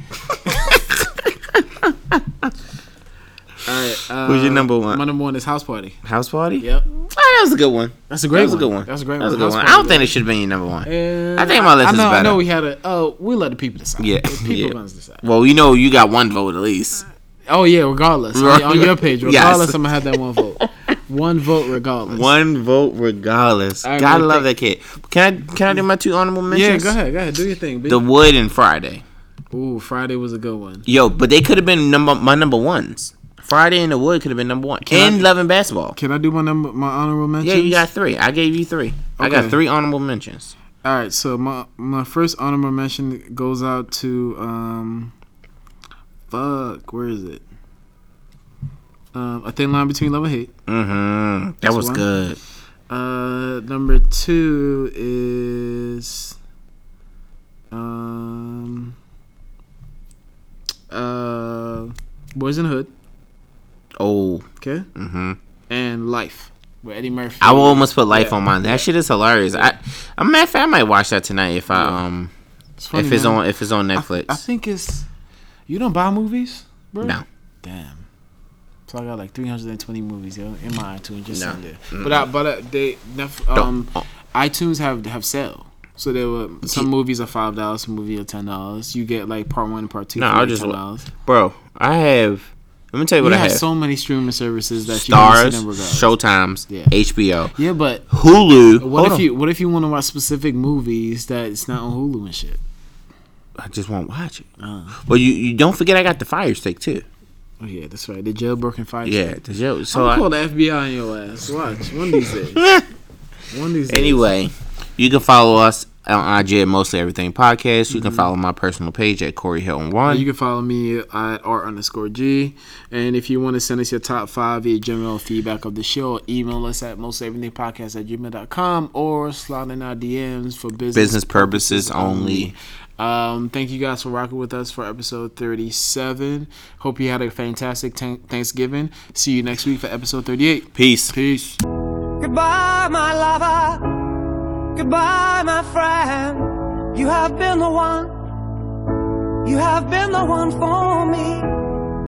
[SPEAKER 2] All right, uh,
[SPEAKER 3] Who's your number one?
[SPEAKER 2] My number one is House Party.
[SPEAKER 3] House party?
[SPEAKER 2] Yep.
[SPEAKER 3] Oh, that was a good one.
[SPEAKER 2] That's a great
[SPEAKER 3] that was
[SPEAKER 2] one.
[SPEAKER 3] a good one.
[SPEAKER 2] That's a great
[SPEAKER 3] That was a
[SPEAKER 2] one.
[SPEAKER 3] good
[SPEAKER 2] House
[SPEAKER 3] one. I
[SPEAKER 2] Party,
[SPEAKER 3] don't think it should have been your number one.
[SPEAKER 2] Uh,
[SPEAKER 3] I think my list
[SPEAKER 2] I
[SPEAKER 3] is
[SPEAKER 2] know, I
[SPEAKER 3] better.
[SPEAKER 2] know we had a. Oh, we let the people decide.
[SPEAKER 3] Yeah,
[SPEAKER 2] The people
[SPEAKER 3] yeah.
[SPEAKER 2] gonna decide.
[SPEAKER 3] Well, you know you got one vote at least.
[SPEAKER 2] Oh yeah, regardless on,
[SPEAKER 3] Right.
[SPEAKER 2] on your page,
[SPEAKER 3] Yes.
[SPEAKER 2] regardless, I'm gonna have that one vote. one vote, regardless.
[SPEAKER 3] One vote regardless.
[SPEAKER 2] All right,
[SPEAKER 3] Gotta
[SPEAKER 2] well,
[SPEAKER 3] love that kid. Can I can I do my two honorable
[SPEAKER 2] Yeah,
[SPEAKER 3] mentions?
[SPEAKER 2] go ahead, go ahead, do your thing.
[SPEAKER 3] The
[SPEAKER 2] Bitch.
[SPEAKER 3] Wood and Friday.
[SPEAKER 2] Ooh, Friday was a good one.
[SPEAKER 3] Yo, but they could have been number my number ones. Friday and the Wood could have been number one. and
[SPEAKER 2] I-
[SPEAKER 3] Love and Basketball.
[SPEAKER 2] Can I do my number, my honorable mentions?
[SPEAKER 3] yeah, you got three. I gave you three. I got
[SPEAKER 2] Okay.
[SPEAKER 3] three honorable mentions.
[SPEAKER 2] All right, so my my first honorable mention goes out to um, fuck, where is it? Um, a thin line between love and hate.
[SPEAKER 3] Mm-hmm. That was
[SPEAKER 2] one.
[SPEAKER 3] good.
[SPEAKER 2] Uh, number two is um, uh, boys in the hood.
[SPEAKER 3] Oh,
[SPEAKER 2] Okay,
[SPEAKER 3] mm-hmm.
[SPEAKER 2] and life with Eddie Murphy.
[SPEAKER 3] I will almost put life
[SPEAKER 2] Yeah.
[SPEAKER 3] on mine. That shit is hilarious. I, I, matter of fact, I might watch that tonight if I um
[SPEAKER 2] It's funny,
[SPEAKER 3] if it's
[SPEAKER 2] man.
[SPEAKER 3] on if it's on
[SPEAKER 2] I-
[SPEAKER 3] Netflix.
[SPEAKER 2] I, think it's. You don't buy movies, bro.
[SPEAKER 3] no,
[SPEAKER 2] Damn. So I got like 320 movies, yo, in my iTunes just
[SPEAKER 3] No.
[SPEAKER 2] sitting there. But I, but uh, they, nef- um, iTunes have have sale. So there were some movies are five dollars, some movies are ten dollars. You get like part one and part two
[SPEAKER 3] No,
[SPEAKER 2] for
[SPEAKER 3] I'll
[SPEAKER 2] like
[SPEAKER 3] just
[SPEAKER 2] ten
[SPEAKER 3] wa-
[SPEAKER 2] dollars.
[SPEAKER 3] bro. I have. Let me tell you
[SPEAKER 2] You
[SPEAKER 3] what I
[SPEAKER 2] have
[SPEAKER 3] have.
[SPEAKER 2] so many streaming services that you can
[SPEAKER 3] Stars,
[SPEAKER 2] see them regardless.
[SPEAKER 3] Showtimes,
[SPEAKER 2] Yeah.
[SPEAKER 3] HBO,
[SPEAKER 2] yeah, but
[SPEAKER 3] Hulu.
[SPEAKER 2] what
[SPEAKER 3] Hold
[SPEAKER 2] if
[SPEAKER 3] on.
[SPEAKER 2] you what if you want to watch specific movies that it's not on Hulu and shit?
[SPEAKER 3] I just won't watch it. Well, you, you don't forget I got the Fire Stick too.
[SPEAKER 2] Oh yeah, that's right. The jailbroken fight.
[SPEAKER 3] Yeah, the show.
[SPEAKER 2] I'm
[SPEAKER 3] So
[SPEAKER 2] gonna
[SPEAKER 3] I-
[SPEAKER 2] call the FBI on your ass. Watch one of these days. one of these days.
[SPEAKER 3] anyway, you can follow us on IG at Mostly Everything Podcast. You can follow my personal page at Corey Hilton One.
[SPEAKER 2] Mm-hmm. You can follow me at r underscore g, and if you want to send us your top five, your general feedback of the show, email us at mosteverythingpodcast at gmail.com or slide in our DMs for business,
[SPEAKER 3] Business purposes only.
[SPEAKER 2] Um, thank you guys for rocking with us for episode thirty-seven. Hope you had a fantastic tan- Thanksgiving. See you next week for episode thirty-eight.
[SPEAKER 3] Peace.
[SPEAKER 2] Peace.
[SPEAKER 6] Goodbye, my lover. Goodbye, my friend. You have been the one. You have been the one for me.